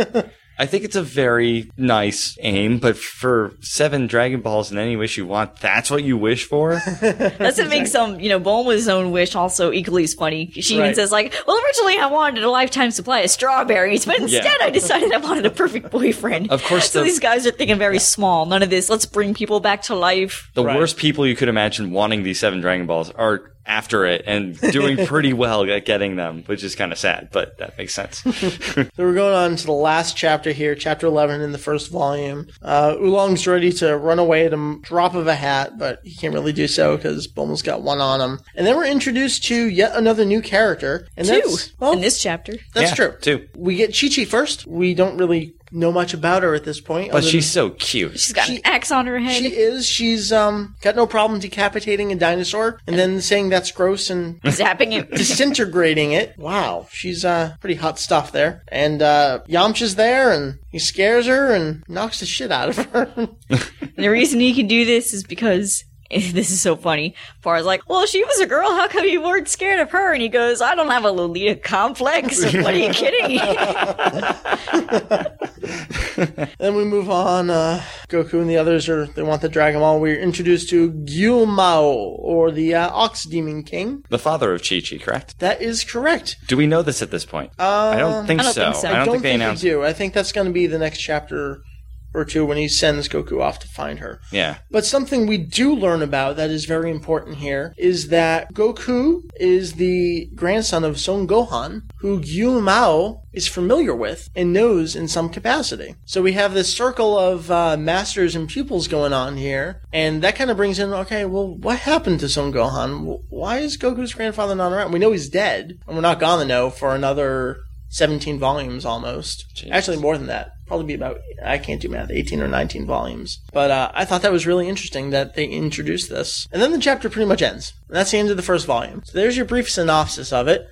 yeah. I think it's a very nice aim, but for seven Dragon Balls in any wish you want, that's what you wish for.
That's what makes um, you know, Bulma's own wish also equally as funny. She even
Right.
says like, "Well, originally I wanted a lifetime supply of strawberries, but instead I decided I wanted a perfect boyfriend."
Of course
so
the-
these guys are thinking very small. None of this. Let's bring people back to life.
The
Right.
worst people you could imagine wanting these seven Dragon Balls are after it and doing pretty well at getting them, which is kind of sad, but that makes sense.
So we're going on to the last chapter here, chapter 11 in the first volume. Uh, Oolong's ready to run away at a m- drop of a hat, but he can't really do so because Bulma's got one on him. And then we're introduced to yet another new character. And
Two
that's, well,
in this chapter.
that's
Yeah,
true.
two.
We get Chi Chi first. We don't really know much about her at this point.
But
other
she's so cute.
She's got an
She-
axe on her head.
than- she is. She's um, got no problem decapitating a dinosaur and then saying that's gross and
zapping it.
disintegrating it. Wow, she's uh pretty hot stuff there. And uh Yamcha's there and he scares her and knocks the shit out of her.
And the reason he can do this is because this is so funny. Far's like, well, she was a girl. How come you weren't scared of her? And he goes, I don't have a Lolita complex. what are you kidding?
then we move on, uh Goku and the others are they want the Dragon Ball. We're introduced to Gyumao or the uh, Ox Demon King.
The father of Chi Chi, correct?
That is correct.
Do we know this at this point? I don't think
Um, I don't
so.
think so.
I don't think they
we
announced.
do. I think that's gonna be the next chapter or two when he sends Goku off to find her.
Yeah.
But something we do learn about that is very important here is that Goku is the grandson of Son Gohan, who Yu Mao is familiar with and knows in some capacity. So we have this circle of uh, masters and pupils going on here, and that kind of brings in okay, well, what happened to Son Gohan? Wh- Why is Goku's grandfather not around? We know he's dead, and we're not gonna know for another 17 volumes almost. Actually, more than that. Probably be about, I can't do math, 18 or 19 volumes. But uh, I thought that was really interesting that they introduced this. And then the chapter pretty much ends. And that's the end of the first volume. So there's your brief synopsis of it.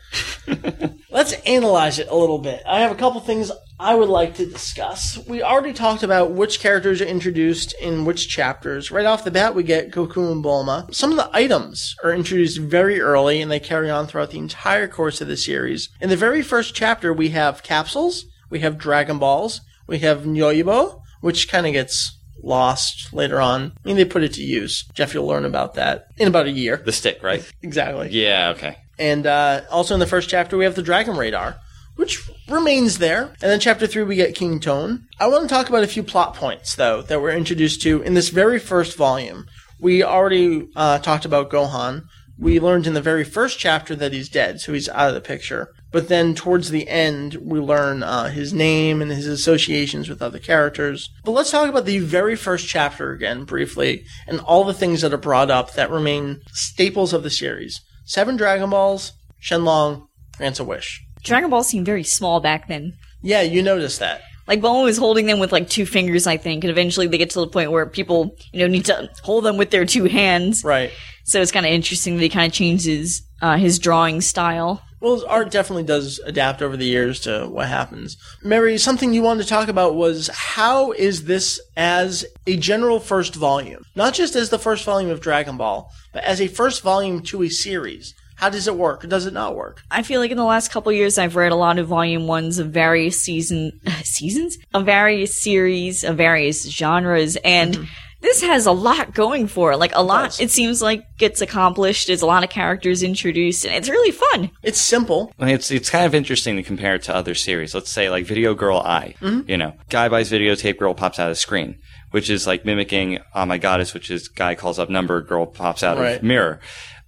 Let's analyze it a little bit. I have a couple things I would like to discuss. We already talked about which characters are introduced in which chapters. Right off the bat, we get Goku and Bulma. Some of the items are introduced very early and they carry on throughout the entire course of the series. In the very first chapter, we have capsules, we have Dragon Balls, we have Nyoibo, which kind of gets lost later on. I mean, they put it to use. Jeff, you'll learn about that in about a year.
The stick, right?
Exactly.
Yeah, okay.
And uh, also in the first chapter, we have the Dragon Radar, which remains there. And then chapter three, we get King Tone. I want to talk about a few plot points, though, that we're introduced to in this very first volume. We already uh, talked about Gohan. We learned in the very first chapter that he's dead, so he's out of the picture. But then towards the end, we learn uh, his name and his associations with other characters. But let's talk about the very first chapter again briefly and all the things that are brought up that remain staples of the series. Seven Dragon Balls, Shenlong, grants a wish.
Dragon Balls seemed very small back then.
Yeah, you noticed that.
Like Bulma was holding them with like two fingers, I think, and eventually they get to the point where people, you know, need to hold them with their two hands.
Right.
So it's kind of interesting that he kind of changes uh, his drawing style.
Well, his art definitely does adapt over the years to what happens. Mary, something you wanted to talk about was how is this as a general first volume? Not just as the first volume of Dragon Ball, but as a first volume to a series. How does it work or does it not work?
I feel like in the last couple years, I've read a lot of volume ones of various season seasons, of various series, of various genres, and
Mm-hmm.
this has a lot going for it. Like a lot,
does.
it seems like gets accomplished. There's a lot of characters introduced, and it's really fun.
It's simple.
Well, It's it's kind of interesting to compare it to other series. Let's say like Video Girl I.
Mm-hmm.
You know, guy buys videotape, girl pops out of screen, which is like mimicking Oh My Goddess, which is guy calls up number, girl pops out
Right.
of mirror.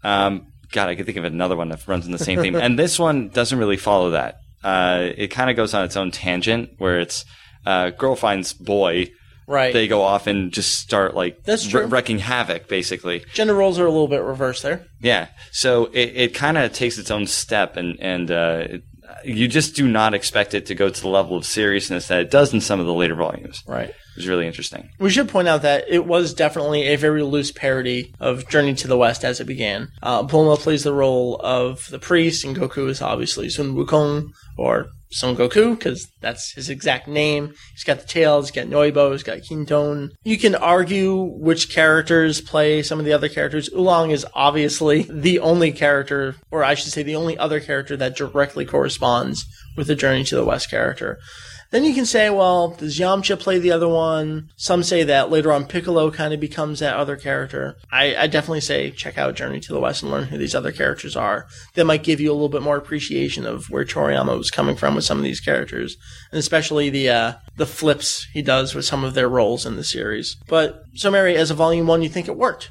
Um, God, I could think of another one that runs in the same theme, and this one doesn't really follow that. Uh, it kind of goes on its own tangent where it's uh, girl finds boy.
Right.
They go off and just start like
That's true.
wrecking havoc, basically.
Gender roles are a little bit reversed there.
Yeah. So it, it kind of takes its own step, and and uh, it, you just do not expect it to go to the level of seriousness that it does in some of the later volumes.
Right.
It's really interesting.
We should point out that it was definitely a very loose parody of Journey to the West as it began. Uh, Bulma plays the role of the priest, and Goku is obviously Sun Wukong or Son Goku because that's his exact name. He's got the tail, he's got Noibo, he's got Kintone. You can argue which characters play some of the other characters. Oolong is obviously the only character, or I should say, the only other character that directly corresponds with the Journey to the West character. Then you can say, well, does Yamcha play the other one? Some say that later on Piccolo kind of becomes that other character. I, I definitely say check out Journey to the West and learn who these other characters are. That might give you a little bit more appreciation of where Toriyama was coming from with some of these characters, and especially the uh, the flips he does with some of their roles in the series. But so, Mary, as a volume one, you think it worked?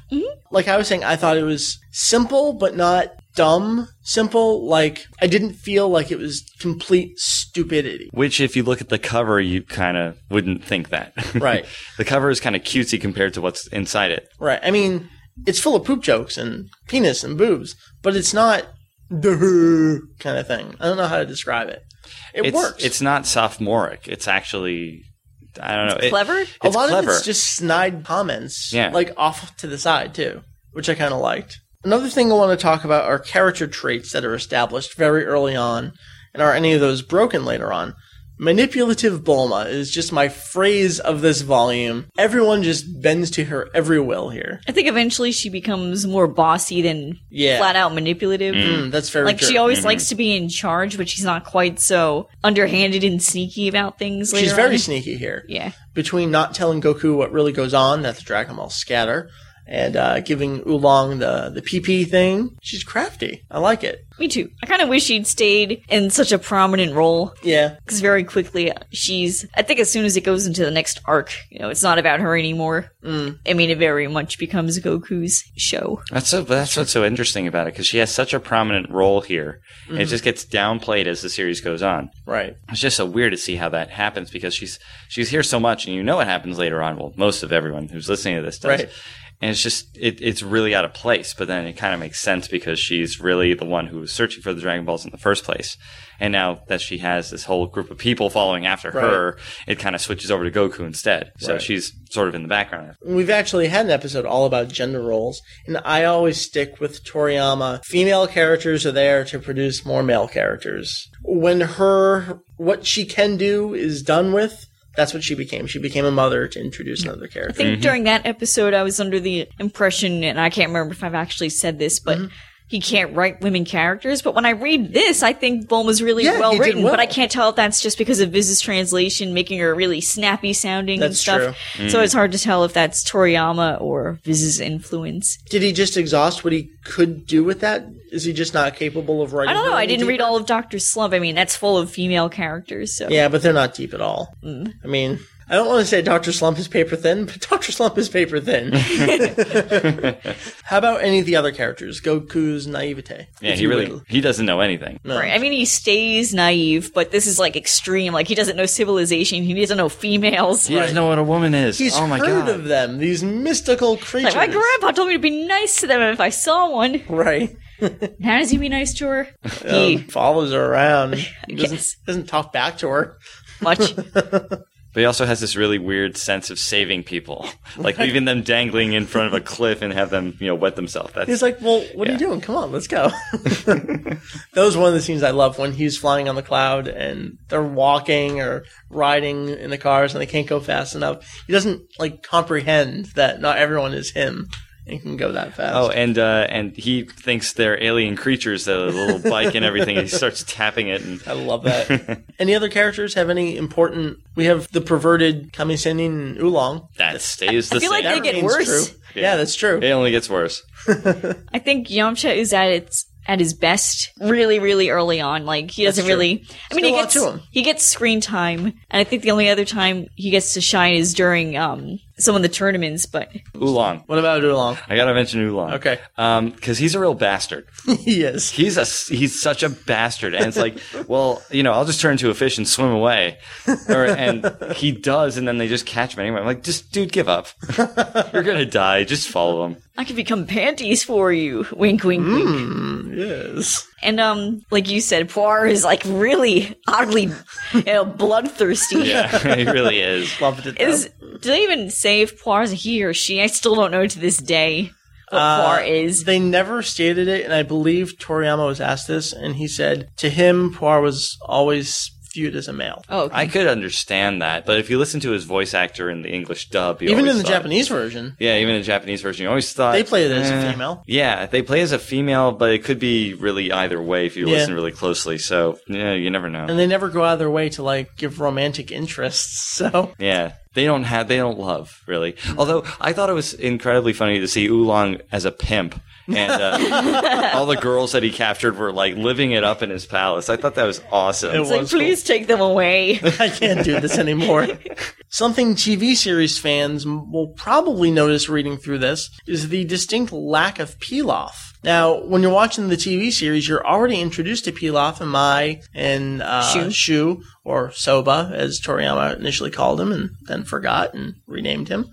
like I was saying, I thought it was simple but not dumb. Simple, like I didn't feel like it was complete stupidity.
Which, if you look at the cover, you kind of wouldn't think that.
Right.
the cover is kind of cutesy compared to what's inside it.
Right. I mean, it's full of poop jokes and penis and boobs, but it's not the kind of thing. I don't know how to describe it. It
it's,
works.
It's not sophomoric. It's actually, I don't know. It's
clever? A
a
it's
lot
clever.
of it's just snide comments,
Yeah.
like off to the side too, which I kind of liked. Another thing I want to talk about are character traits that are established very early on, and are any of those broken later on? Manipulative Bulma is just my phrase of this volume. Everyone just bends to her every will here.
I think eventually she becomes more bossy than
Yeah.
flat out manipulative.
Mm, that's very
Like
true.
she always likes to be in charge, but she's not quite so underhanded and sneaky about things. Later
She's very
on.
sneaky here.
yeah.
between not telling Goku what really goes on that the Dragon Balls scatter and uh, giving Oolong the, the PP thing. She's crafty. I like it.
Me too. I kind of wish she'd stayed in such a prominent role
Yeah.
because very quickly she's. I think as soon as it goes into the next arc, you know, it's not about her anymore. Mm. I mean, it very much becomes Goku's show.
That's so. That's what's so interesting about it because she has such a prominent role here. and
Mm-hmm.
It just gets downplayed as the series goes on.
Right.
It's just so weird to see how that happens because she's she's here so much, and you know what happens later on. Well, most of everyone who's listening to this does.
Right.
And it's just it, it's really out of place. But then it kind of makes sense because she's really the one who was searching for the Dragon Balls in the first place. And now that she has this whole group of people following after
Right.
her, it kind of switches over to Goku instead. So
Right.
she's sort of in the background.
We've actually had an episode all about gender roles, and I always stick with Toriyama. Female characters are there to produce more male characters. When her, what she can do is done with, that's what she became. She became a mother to introduce another
I
character.
think during that episode, I was under the impression, and I can't remember if I've actually said this, but
Mm-hmm.
he can't write women characters. But when I read this, I think Bulma's really
Yeah,
well
he did
written.
well.
But I can't tell if that's just because of Viz's translation, making her really snappy sounding and
That's Mm.
stuff. So it's hard to tell if that's Toriyama or Viz's influence.
Did he just exhaust what he could do with that? Is he just not capable of writing?
I don't know. I
really
didn't
deep?
read all of Doctor Slump. I mean, that's full of female characters. So
Yeah, but they're not deep at all.
Mm.
I mean, I don't want to say Dr. Slump is paper thin, but Dr. Slump is paper thin. How about any of the other characters? Goku's naivete.
Yeah,
if
he
you
really
will.
he doesn't know anything.
Right. I mean, he stays naive, but this is like extreme. Like he doesn't know civilization. He doesn't know females.
He doesn't know what a woman is.
He's
oh my
heard
god!
of them, these mystical
Like
creatures.
my grandpa told me to be nice to them if I saw one.
right.
How does he be nice to her? He
Follows her around.
guess.
Um, Doesn't, doesn't talk back to her.
much.
But he also has this really weird sense of saving people, like leaving them dangling in front of a cliff and have them, you know, wet themselves. That's
He's like, well, what are you
Yeah.
doing? Come on, let's go. that was one of the scenes I love when he's flying on the cloud and they're walking or riding in the cars and they can't go fast enough. He doesn't like comprehend that not everyone is him and can go that fast.
oh, and uh, and he thinks they're alien creatures, the little bike and everything. And he starts tapping it, and
I love that. any other characters have any important? We have the perverted Kamisenin and Oolong.
that stays the
feel like
same.
they get
remains
worse.
True. Yeah.
Yeah.
that's true.
it only gets worse.
I think Yamcha is at its at his best really really early on like he doesn't
true.
really i
Still a
mean he
lot
gets
to him.
he gets screen time and i think the only other time he gets to shine is during um some of the tournaments but
Oolong.
What about Oolong?
I gotta mention Oolong.
Okay.
Um, because he's a real bastard.
he is.
He's a he's such a bastard, and it's like, well, you know, I'll just turn into a fish and swim away, or, and he does, and then they just catch him anyway. I'm like, just dude, give up. You're gonna die. Just follow him.
i could become panties for you wink wink
Mm.
wink
Yes.
and um like you said poir is like really oddly you know bloodthirsty
Yeah, he really is.
Loved it. though.
Is do they even say if Poir's a he or she? I still don't know to this day what
Uh,
Poir is.
They never stated it, and I believe Toriyama was asked this, and he said to him, Poir was always viewed as a male.
Oh, okay.
I could understand that, but if you listen to his voice actor in the English dub, you
Even
always
in the
thought-
Japanese version,
Yeah, even in the Japanese version, you always thought
They play it as a
"Eh."
female.
Yeah, they play as a female, but it could be really either way if you
Yeah.
listen really closely. So yeah, you never know.
and they never go out of their way to like give romantic interests. So
Yeah. They don't have they don't love really. Although I thought it was incredibly funny to see Oolong as a pimp and uh, all the girls that he captured were like living it up in his palace. I thought that was awesome.
It
it's like
was cool.
please take them away.
I can't do this anymore. Something TV series fans m- will probably notice reading through this is the distinct lack of Pilaf. Now, when you're watching the TV series, you're already introduced to Pilaf and Mai and uh,
Shu.
Shu or Soba, as Toriyama initially called him and then forgot and renamed him.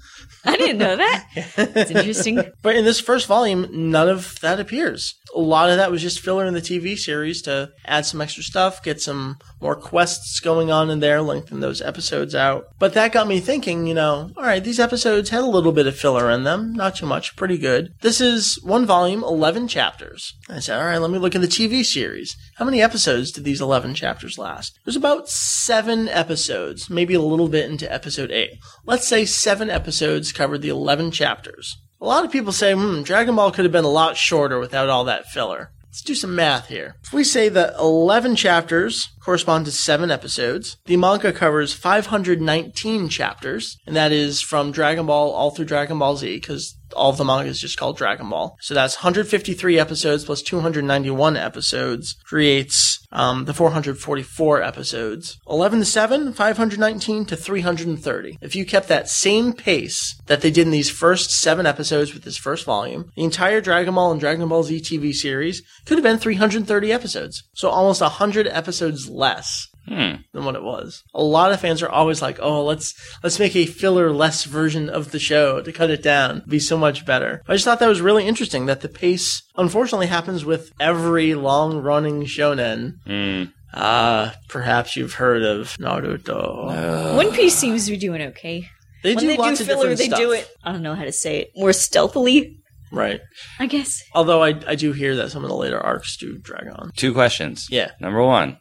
I didn't know that. It's interesting.
But in this first volume, none of that appears. A lot of that was just filler in the TV series to add some extra stuff, get some more quests going on in there, lengthen those episodes out. But that got me thinking, you know, all right, these episodes had a little bit of filler in them, not too much, pretty good. This is one volume, 11 chapters. I said, all right, let me look at the TV series. How many episodes did these 11 chapters last? There's about seven episodes, maybe a little bit into episode eight. Let's say seven episodes covered the 11 chapters. A lot of people say, hmm, Dragon Ball could have been a lot shorter without all that filler. Let's do some math here. If we say that 11 chapters correspond to 7 episodes, the manga covers 519 chapters, and that is from Dragon Ball all through Dragon Ball Z, because all of the manga is just called Dragon Ball. So that's 153 episodes plus 291 episodes creates um, the 444 episodes. 11 to 7, 519 to 330. If you kept that same pace that they did in these first seven episodes with this first volume, the entire Dragon Ball and Dragon Ball Z TV series could have been 330 episodes. So almost 100 episodes less than what it was. A lot of fans are always like, "Oh, let's let's make a filler less version of the show to cut it down, It'd be so much better." I just thought that was really interesting that the pace unfortunately happens with every long-running shonen.
Hmm.
Uh, perhaps you've heard of Naruto.
One Piece seems to be doing okay.
They
When
do
they
lots
do
of
filler,
different
they
stuff.
do it. I don't know how to say it more stealthily.
Right.
I guess
Although I I do hear that some of the later arcs do drag on.
Two questions.
Yeah.
Number one,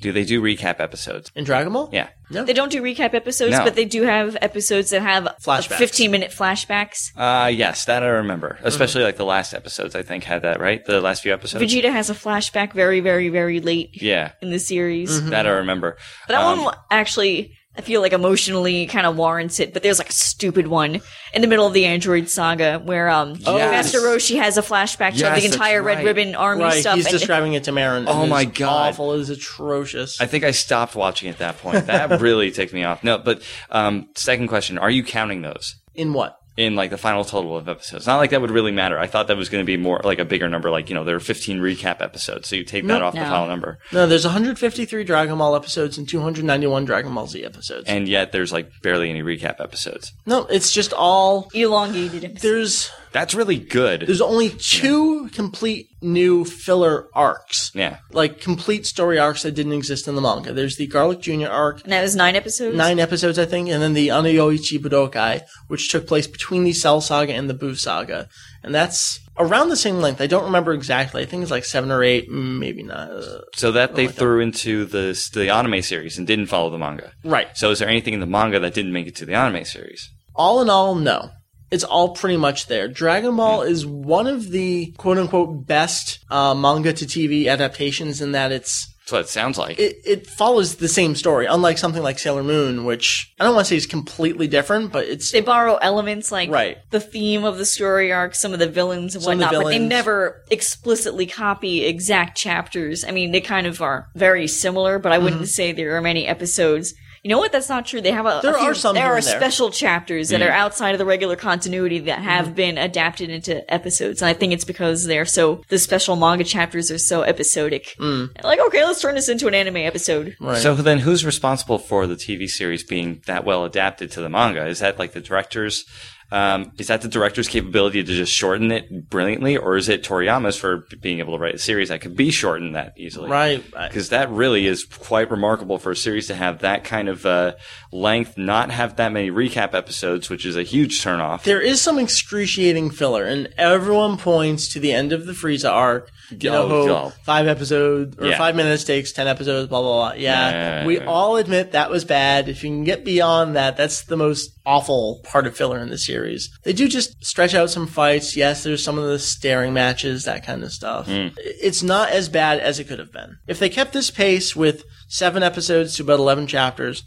do they do recap episodes?
In Dragon Ball?
Yeah.
they don't do recap episodes,
No.
but they do have episodes that have a
Flashbacks.
fifteen-minute flashbacks.
Uh, yes, that I remember. Especially like the last episodes, I think had that right. The last few episodes.
Vegeta has a flashback very, very, very late
yeah,
in the series.
that I remember.
But that
Mm-hmm. Um,
one actually, I feel like emotionally kind of warrants it. But there's like a stupid one in the middle of the Android saga where um,
Yes.
Master Roshi has a flashback
Yes,
to the
that's
entire
right.
Red Ribbon Army
Right,
stuff.
he's
and-
describing it to Marin.
Oh
it
my
is
God.
Awful! It is atrocious.
I think I stopped watching at that point. That really ticked me off. No, but um, second question: Are you counting those
In what?
in like the final total of episodes? Not like that would really matter. I thought that was going to be more like a bigger number. Like you know, there are 15 recap episodes, so you take that
No.
off the
No.
final number,
No, there's 153 Dragon Ball episodes and 291 Dragon Ball Z episodes.
and yet there's like barely any recap episodes.
no, it's just all
elongated episode.
there's
That's really good.
there's only two complete new filler arcs.
Yeah.
Like complete story arcs that didn't exist in the manga. There's the Garlic Jr. arc,
and that was nine episodes.
nine episodes I think, and then the Anayoichi Budokai, which took place between the Cell Saga and the Buu Saga. And that's around the same length. I don't remember exactly. I think it's like 7 or 8, maybe not. Uh,
So that they threw into the the anime series and didn't follow the manga.
right.
So is there anything in the manga that didn't make it to the anime series?
all in all, no. It's all pretty much there. Dragon Ball is one of the quote unquote best uh, manga to TV adaptations in that it's.
That's what it sounds like.
It, it follows the same story, unlike something like Sailor Moon, which I don't want to say is completely different, but it's
they borrow elements like
Right.
the theme of the story arc, some of the villains and
Some of the
whatnot, but they
villains.
never explicitly copy exact chapters. I mean, they kind of are very similar, but I
Mm-hmm.
wouldn't say there are many episodes. You know what? That's not true. They have a a
There
few-
are some
there
here
are
and there. Mm-hmm.
special chapters that are outside of the regular continuity that have been adapted into episodes, and I think it's because they're so the special manga chapters are so episodic.
Mm.
Like, okay, let's turn this into an anime episode.
Right.
So then, who's responsible for the TV series being that well adapted to the manga? Is that like the director's? Um, is that the director's capability to just shorten it brilliantly, or is it Toriyama's for being able to write a series that could be shortened that easily?
right. I-
Because that really is quite remarkable for a series to have that kind of uh, length, not have that many recap episodes, which is a huge turnoff.
There is some excruciating filler, and everyone points to the end of the Frieza arc. You
Oh,
know,
yeah.
how five episodes or
Yeah.
five minutes takes ten episodes, blah blah blah. Yeah,
Yeah.
Uh, we all admit that was bad. If you can get beyond that, that's the most awful part of filler in the series. They do just stretch out some fights. Yes, there's some of the staring matches, that kind of stuff.
Mm.
It's not as bad as it could have been if they kept this pace with seven episodes to about eleven chapters.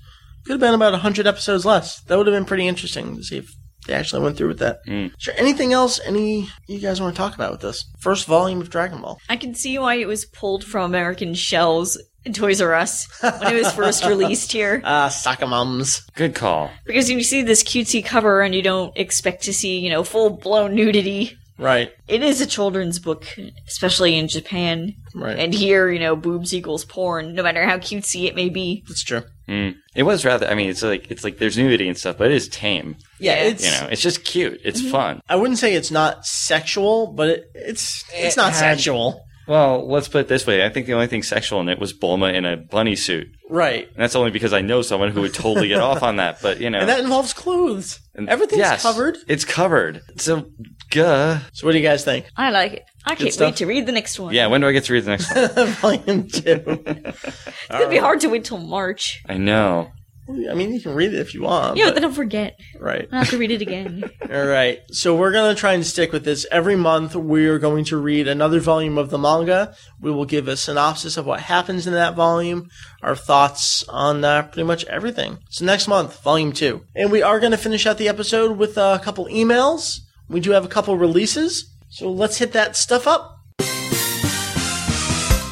Could have been about 100 episodes less. That would have been pretty interesting to see if they actually went through with that.
Mm.
Is there anything else any you guys want to talk about with this? First volume of Dragon Ball.
I can see why it was pulled from American Shells and Toys R Us when it was first released here.
Ah, soccer moms.
Good call.
Because when you see this cutesy cover and you don't expect to see, you know, full blown nudity.
Right.
It is a children's book, especially in Japan.
Right.
And here, you know, boobs equals porn, no matter how cutesy it may be.
That's true.
Mm. It was rather. I mean, it's like it's like there's nudity and stuff, but it is tame.
Yeah,
Yeah.
it's. Mm-hmm.
You know, it's just cute. It's fun.
I wouldn't say it's not sexual, but it, it's it's
It
not
had-
sexual.
Well, let's put it this way. I think the only thing sexual in it was Bulma in a bunny suit.
Right.
And that's only because I know someone who would totally get off on that. But, you know.
And that involves clothes. Everything's
Yes,
covered.
It's covered. So, guh.
So what do you guys think?
I like it. I can't
stuff.
wait to read the next one.
Yeah, when do I get to read the next one?
volume two.
It's going to be hard to wait till March.
I know.
I mean, you can read it if you want.
Yeah, but Uh,
but-
then I'll forget.
right.
I'll have to read it again.
All right. So we're going to try and stick with this. Every month, we're going to read another volume of the manga. We will give a synopsis of what happens in that volume, our thoughts on uh, pretty much everything. So next month, volume two. And we are going to finish out the episode with uh, a couple emails. We do have a couple releases, so let's hit that stuff up.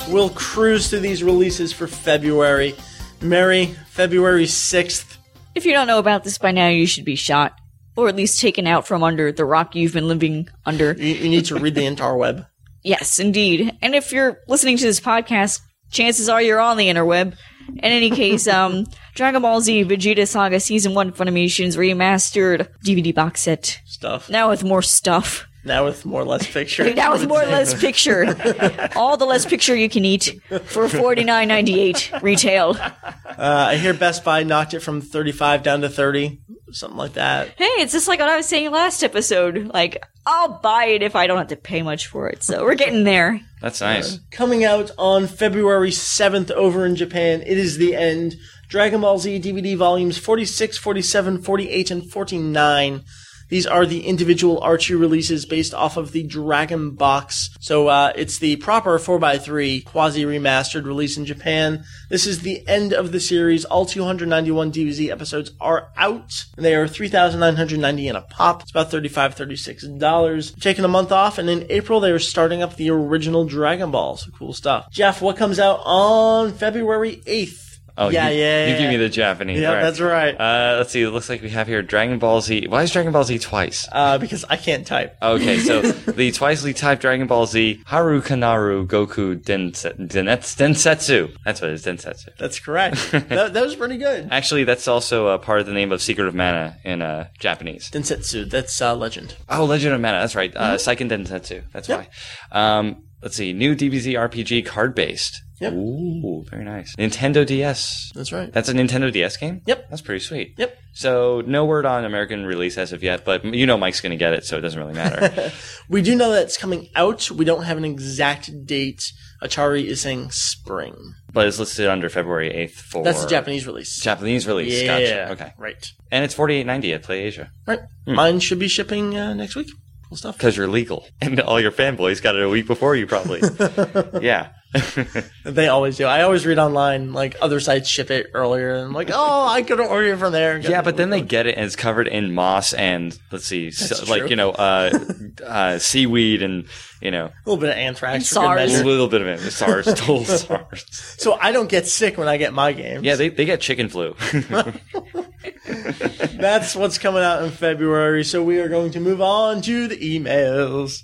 We'll cruise through these releases for February. Merry February 6th.
If you don't know about this by now, you should be shot. Or at least taken out from under the rock you've been living under.
You, you need to read the interweb.
Yes, indeed. And if you're listening to this podcast, chances are you're on the interweb. In any case, um, Dragon Ball Z Vegeta Saga Season 1 Funimation's remastered DVD box set.
Stuff.
Now with more stuff.
Now with more or less pictures.
Now with more or less picture. All the less picture you can eat for forty nine ninety eight retail.
Uh, I hear Best Buy knocked it from 35 down to 30, something like that.
Hey, it's just like what I was saying last episode. Like, I'll buy it if I don't have to pay much for it. So we're getting there.
That's nice.
Coming out on February 7th over in Japan, it is the end. Dragon Ball Z DVD volumes 46, 47, 48, and 49. These are the individual Archie releases based off of the Dragon Box. So uh, it's the proper 4x3 quasi remastered release in Japan. This is the end of the series. All 291 DBZ episodes are out. And they are 3,990 in a pop. It's about $35, $36. Taking a month off, and in April they are starting up the original Dragon Ball. So cool stuff. Jeff, what comes out on February 8th?
Oh,
yeah,
you,
yeah,
You
yeah.
give me the Japanese.
Yeah,
All right.
that's right.
Uh, let's see. It looks like we have here Dragon Ball Z. Why is Dragon Ball Z twice?
Uh, because I can't type.
Okay, so the twicely typed Dragon Ball Z Haru Kanaru Goku Dense- Denets- Densetsu. That's what it is, Densetsu.
That's correct. that, that was pretty good.
Actually, that's also uh, part of the name of Secret of Mana in uh, Japanese.
Densetsu, that's uh, legend.
Oh, Legend of Mana. That's right. Uh, Seiken Densetsu. That's
Mm-hmm. Yep.
why. Um, let's see. New DBZ RPG card based.
Yep.
Ooh, very nice. Nintendo DS.
That's right.
That's a Nintendo DS game?
Yep.
That's pretty sweet.
Yep.
So, no word on American release as of yet, but you know Mike's going to get it, so it doesn't really matter.
We do know that it's coming out. We don't have an exact date. Atari is saying spring.
but it's listed under February 8th for.
That's the Japanese release.
Japanese release.
yeah.
Gotcha. Okay. Hmm.
Right.
And it's 48.90 at PlayAsia.
Right. Mine should be shipping uh, next week. Cool stuff.
Because you're legal. And all your fanboys got it a week before you, probably. yeah.
They always do. I always read online, like other sites ship it earlier, and I'm like, oh, I could order it from there.
Yeah, but then they get it and it's covered in moss and let's see, so,
That's
like
true.
you know, uh, uh, seaweed and you know,
a little bit of anthrax.
And
For good
SARS.
a
measure.
little bit of it. SARS, total SARS.
So I don't get sick when I get my games.
Yeah, they, they get chicken flu.
That's what's coming out in February. So we are going to move on to the emails.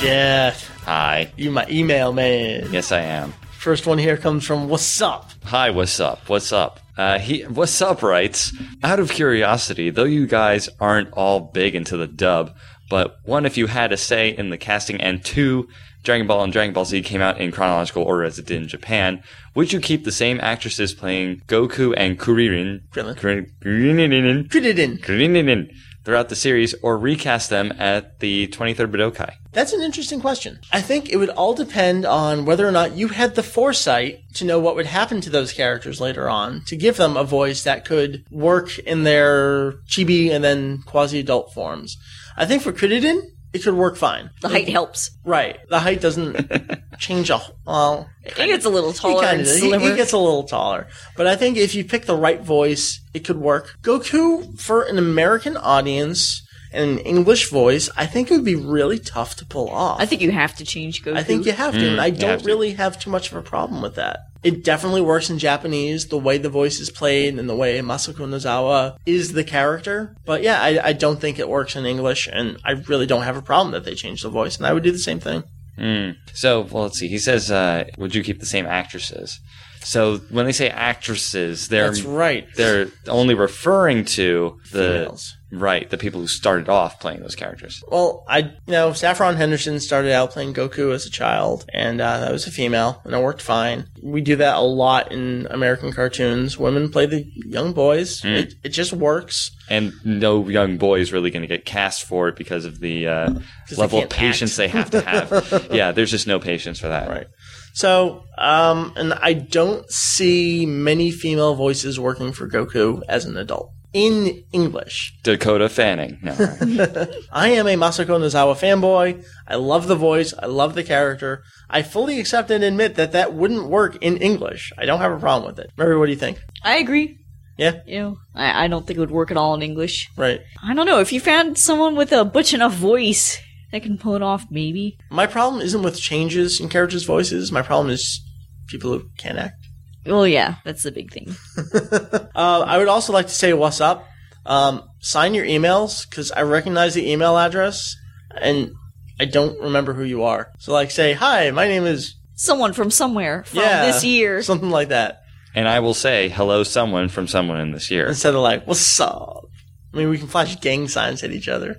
Jeff,
Hi,
you my email man.
yes I am.
First one here comes from What's Up?
Hi, what's up? What's up? Uh, he, what's up writes, out of curiosity, though you guys aren't all big into the dub, but one, if you had a say in the casting, and two, Dragon Ball and Dragon Ball Z came out in chronological order as it did in Japan, would you keep the same actresses playing Goku and Kuririn,
Krillin.
Kuri- Kuriririn,
Put it in.
Kuriririn throughout the series or recast them at the 23rd Budokai?
That's an interesting question. I think it would all depend on whether or not you had the foresight to know what would happen to those characters later on, to give them a voice that could work in their chibi and then quasi adult forms. I think for Krididin, it could work fine.
The height helps.
Right. The height doesn't change a well.
He gets a little
He
taller
kind
and
of he,
slimmer.
he gets a little taller, but I think if you pick the right voice, it could work. Goku for an American audience and an English voice, I think it would be really tough to pull off.
I think you have to change Goku.
I think you have to, and I
Mm, have
don't
to.
really have too much of a problem with that. It definitely works in Japanese, the way the voice is played and the way Masako Nozawa is the character. But yeah, I, I don't think it works in English, and I really don't have a problem that they change the voice, and I would do the same thing.
So, well, let's see. He says, uh, "Would you keep the same actresses?" So, when they say actresses, they're
That's right.
They're only referring to the
Females.
right, the people who started off playing those characters.
Well, I you know Saffron Henderson started out playing Goku as a child, and uh, that was a female, and it worked fine. We do that a lot in American cartoons. Women play the young boys. It, it just works.
And no young boy is really going to get cast for it because of the uh, level of
can't
patience they have to have. yeah, there's just no patience for that.
Right. So, um, and I don't see many female voices working for Goku as an adult in English.
Dakota Fanning. No.
I am a Masako Nozawa fanboy. I love the voice. I love the character. I fully accept and admit that that wouldn't work in English. I don't have a problem with it. Mary, what do you think?
I agree.
Yeah,
You know, I, I don't think it would work at all in English.
right.
I don't know. If you found someone with a butch enough voice that can pull it off, maybe.
My problem isn't with changes in characters' voices. My problem is people who can't act.
Well, yeah, that's the big thing.
Uh, I would also like to say what's up. Um, sign your emails because I recognize the email address and I don't remember who you are. So like, say hi. My name is
Someone from somewhere from
yeah
this year.
something like that.
And I will say hello, someone from someone in this year,
Instead of like, what's up? I mean, we can flash gang signs at each other.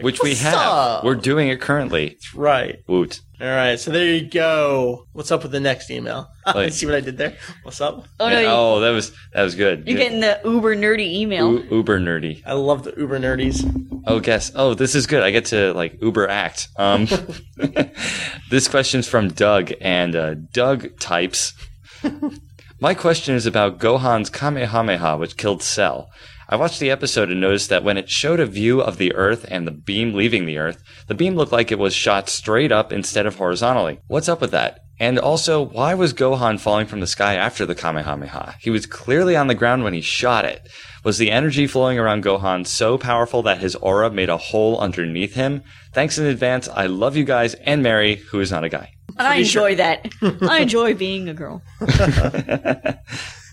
which we
What's
have.
up?
We're doing it currently.
That's right.
Woot.
All right. So there you go. What's up with the next email?
Like-
See what I did there? What's up?
oh, no,
Yeah,
you,
oh, that was that was good.
you're getting the uber nerdy email.
U- uber nerdy.
I love the uber nerdies.
Oh, guess. Oh, this is good. I get to like Uber act. Um, this question's from Doug, and uh, Doug types. My question is about Gohan's Kamehameha, which killed Cell. I watched the episode and noticed that when it showed a view of the Earth and the beam leaving the Earth, the beam looked like it was shot straight up instead of horizontally. What's up with that? And also, why was Gohan falling from the sky after the Kamehameha? He was clearly on the ground when he shot it. Was the energy flowing around Gohan so powerful that his aura made a hole underneath him? Thanks in advance. I love you guys and Mary, who is not a guy.
And I enjoy that. I enjoy being a girl.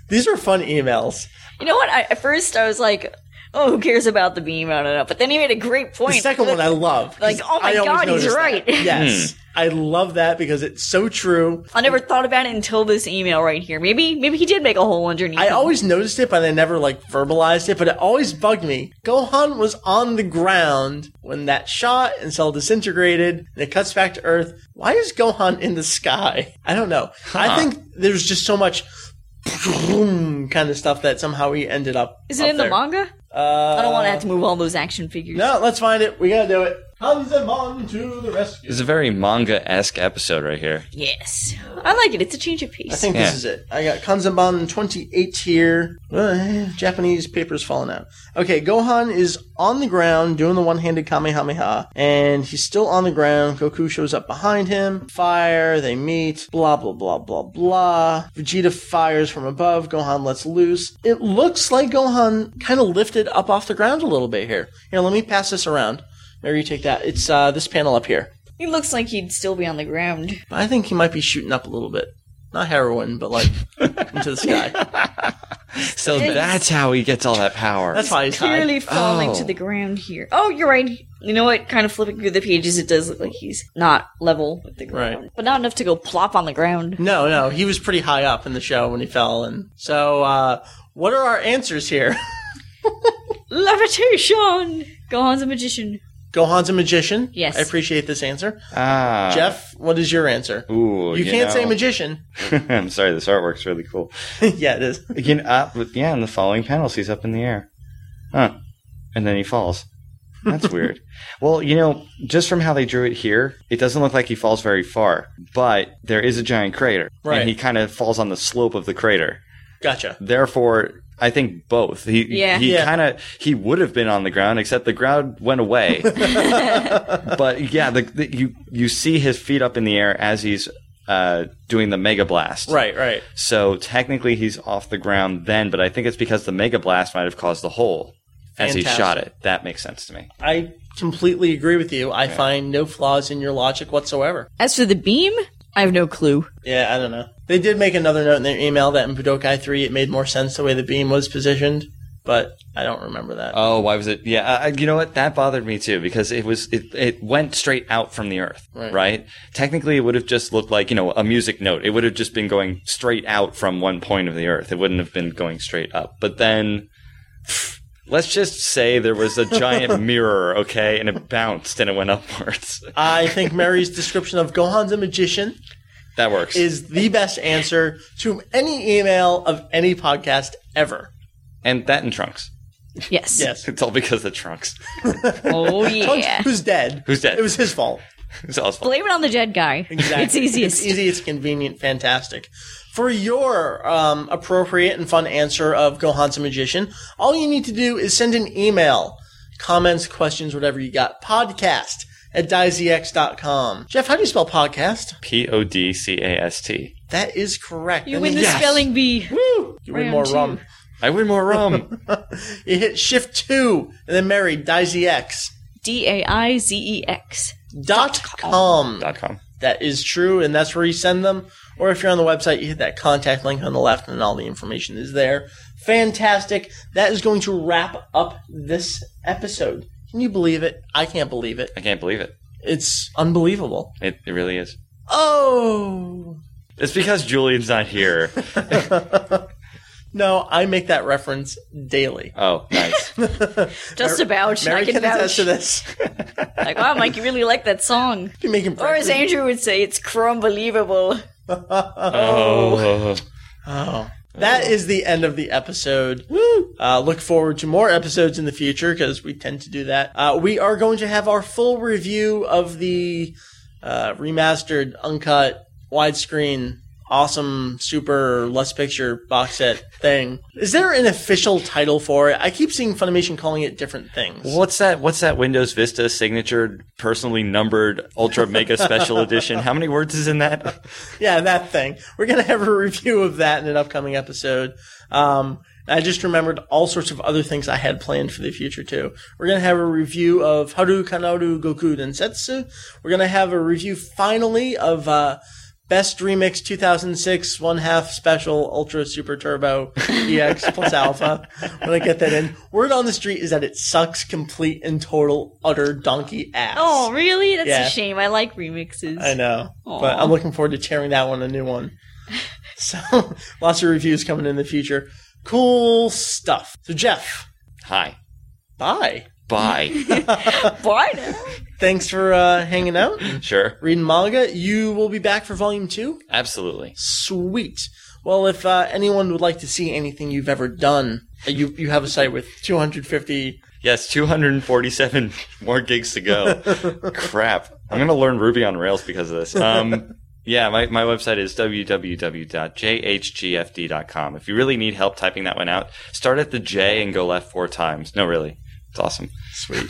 These are fun emails.
You know what? I, at first, I was like, oh, who cares about the beam? I don't know. But then he made a great
The
point.
second one I love.
Like,
'cause
oh my
I always
God, he's
notice that.
right.
Yes. I love that because it's so true.
I never thought about it until this email right here. Maybe maybe he did make a hole underneath.
I
him.
always noticed it, but I never like verbalized it, but it always bugged me. Gohan was on the ground when that shot and Cell disintegrated, and it cuts back to Earth. Why is Gohan in the sky? I don't know. I think there's just so much kind of stuff that somehow he ended up.
Is it
up
in the
there.
manga?
Uh,
I don't want to have to move all those action figures.
No, let's find it. We gotta do it. Hanzamon to the rescue.
This is a very manga esque episode right here.
Yes. I like it. It's a change of pace.
I think
Yeah.
this is it. I got Kanzenban 28 here. Uh, Japanese paper's falling out. Okay, Gohan is on the ground doing the one handed Kamehameha, and he's still on the ground. Goku shows up behind him. Fire, they meet, blah, blah, blah, blah, blah. Vegeta fires from above. Gohan lets loose. It looks like Gohan kind of lifted up off the ground a little bit here. Here, let me pass this around. Mary, you take that. It's uh, this panel up here.
he looks like he'd still be on the ground.
But I think he might be shooting up a little bit. Not heroin, but like into the sky.
So that's how he gets all that power.
That's why he's high.
Clearly falling
Oh.
to the ground here. Oh, you're right. You know what? Kind of flipping through the pages, it does look like he's not level with the ground,
Right.
but not enough to go plop on the ground.
No, no, he was pretty high up in the show when he fell. And so, uh, what are our answers here?
Levitation. Gohan's a magician.
Gohan's a magician.
Yes.
I appreciate this answer.
Ah.
Jeff, what is your answer?
Ooh,
you, can't
know.
say magician.
I'm sorry, this artwork's really cool.
yeah, it is.
Again, uh, with- yeah, in the following panels, he's up in the air. Huh. And then he falls. That's weird. Well, you know, just from how they drew it here, it doesn't look like he falls very far, but there is a giant crater.
Right.
And he kind of falls on the slope of the crater.
Gotcha.
Therefore, I think both. He
Yeah.
he
Yeah.
kind of he would have been on the ground except the ground went away. but yeah, the, the, you you see his feet up in the air as he's uh, doing the mega blast.
Right, right.
So technically, he's off the ground then, but I think it's because the mega blast might have caused the hole as he
Fantastic.
shot it. That makes sense to me.
I completely agree with you. I find no flaws in your logic whatsoever.
As for the beam, I have no clue.
Yeah, I don't know. They did make another note in their email that in Budokai 3 it made more sense the way the beam was positioned, but I don't remember that.
Oh, why was it? Yeah, uh, you know what? That bothered me too because it was it, it went straight out from the earth,
Right.
right. Technically, it would have just looked like you know a music note. It would have just been going straight out from one point of the earth. It wouldn't have been going straight up. But then, let's just say there was a giant mirror, okay, and it bounced and it went upwards.
I think Mary's description of Gohan's a magician
That works.
is the best answer to any email of any podcast ever.
and that and trunks.
Yes.
Yes.
It's all because of trunks.
Oh yeah.
Who's dead?
Who's dead?
It was his fault.
It's all his fault.
Blame it on the dead guy.
Exactly.
It's easiest.
It's easy. It's convenient. Fantastic. For your um, appropriate and fun answer of Gohan's a magician, all you need to do is send an email, comments, questions, whatever you got. Podcast at E dizex.com. Jeff, how do you spell podcast?
P O D C A S T.
That is correct.
You
That
win the
means-
spelling bee.
Woo! You win
Round
more
two.
rum.
I win more rum.
You hit shift two and then marry Daisy X
D A I Z E X.
dot com.
Dot com.
That is true, and that's where you send them. Or if you're on the website, you hit that contact link on the left, and all the information is there. Fantastic. That is going to wrap up this episode. Can you believe it? I can't believe it.
I can't believe it.
It's unbelievable.
It, it really is.
Oh.
It's because Julian's not here.
No, I make that reference daily.
Oh, nice.
Just about.
Mary
I can,
can attest
vouch.
to this.
Like, wow, Mike, you really like that song.
You make him
Or as Andrew would say, it's crumbelievable.
Oh.
Oh. That is the end of the episode. Uh, look forward to more episodes in the future because we tend to do that. Uh, we are going to have our full review of the uh, remastered, uncut, widescreen, awesome, super, less picture box set thing. Is there an official title for it? I keep seeing Funimation calling it different things.
What's that? What's that Windows Vista signature, personally numbered Ultra Mega Special Edition? How many words is in that?
yeah, that thing. We're gonna have a review of that in an upcoming episode. Um, I just remembered all sorts of other things I had planned for the future too. We're gonna have a review of Haru Kanoru Goku Densetsu. We're gonna have a review finally of uh, Best Remix 2006 One Half Special Ultra Super Turbo EX Plus Alpha. When I get that in, word on the street is that it sucks complete and total utter donkey ass.
Oh, really? That's
Yeah.
a shame. I like remixes.
I know,
Aw.
but I'm looking forward to tearing that one a new one. So lots of reviews coming in the future. Cool stuff. So Jeff,
Hi.
bye.
Bye.
Bye now.
Thanks for uh, hanging out,
Sure.
reading manga. You will be back for volume two.
Absolutely.
Sweet. Well, if uh, anyone would like to see anything you've ever done, uh, you you have a site with 250.
Yes, 247 more gigs to go. Crap. I'm going to learn Ruby on Rails because of this. Um, yeah, my, my website is www.jhgfd.com. If you really need help typing that one out, start at the J and go left four times. No, really. It's awesome.
Sweet.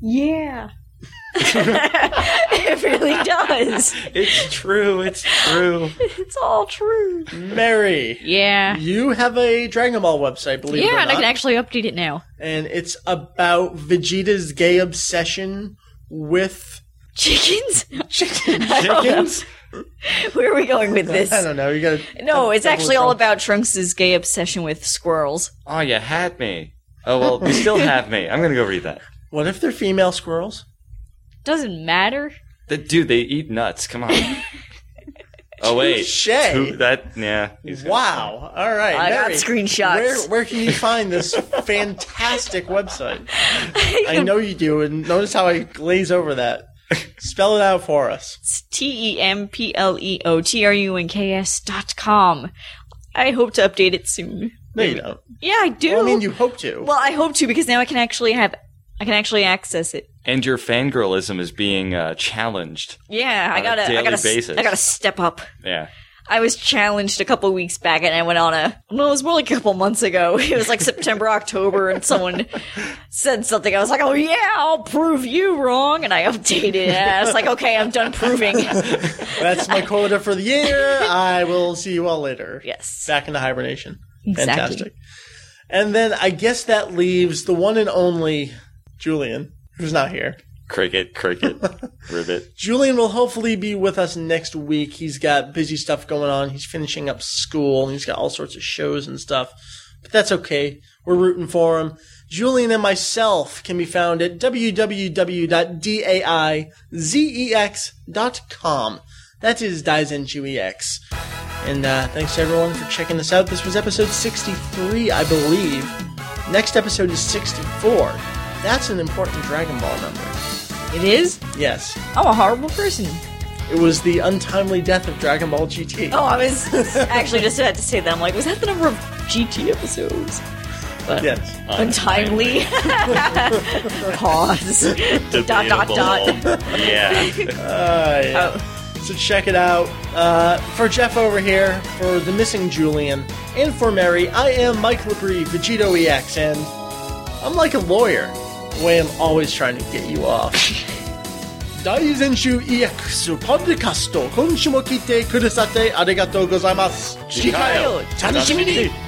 Yeah. it really does.
It's true. It's true.
It's all true.
Mary,
Yeah.
you have a Dragon Ball website, believe it or
Yeah, and
not.
I can actually update it now.
and it's about Vegeta's gay obsession with
Chickens?
chickens.
Chickens?
Where are we going with this?
I don't know. You gotta
No, it's
double
actually
jump.
all about Trunks' gay obsession with squirrels.
Oh, you had me. Oh, well, you still have me. I'm going to go read that.
What if they're female squirrels?
Doesn't matter.
The, dude, they eat nuts. Come on. Oh, wait.
Touche.
Who- that, yeah. he's gonna-
Wow. All right.
I got
Mary,
screenshots.
Where, where can you find this fantastic website? I know you do, and notice how I glaze over that. Spell it out for us.
It's T E M P L E O T R U N K S dot com. I hope to update it soon.
No, you don't.
Yeah, I do.
Well, I mean, you hope to.
Well, I hope to because now I can actually have I can actually access it.
And your fangirlism is being uh, challenged.
Yeah, I
a
gotta I
daily
gotta s-
basis.
I gotta step up.
Yeah.
I was challenged a couple weeks back, and I went on a. No, it was more like a couple months ago. It was like September, October, and someone said something. I was like, "Oh yeah, I'll prove you wrong," and I updated. it. And I was like, "Okay, I'm done proving."
That's my quota for the year. I will see you all later.
yes,
Back into hibernation.
Exactly.
Fantastic. And then I guess that leaves the one and only Julian, who's not here.
Cricket, cricket, ribbit.
Julian will hopefully be with us next week. He's got busy stuff going on. He's finishing up school and he's got all sorts of shows and stuff. But that's okay. We're rooting for him. Julian and myself can be found at www.daizex.com. That is Daizenchuex. And uh, thanks to everyone for checking us out. This was episode 63, I believe. Next episode is 64. That's an important Dragon Ball number.
it is.
Yes.
I'm a horrible person.
It was the untimely death of Dragon Ball GT.
Oh, I was actually just had to say that. I'm like, was that the number of GT episodes? But
Yes.
untimely. Pause. dot dot dot.
Debatable. yeah.
Uh, yeah.
Oh,
So check it out. Uh, for Jeff over here, for the missing Julian, and for Mary, I am Mike Labrie, Vegito EX, and I'm like a lawyer. The way I'm always trying to get you off. E 大全集 EX ポッドキャスト今週も聞いてくださってありがとうございます。次回を楽しみに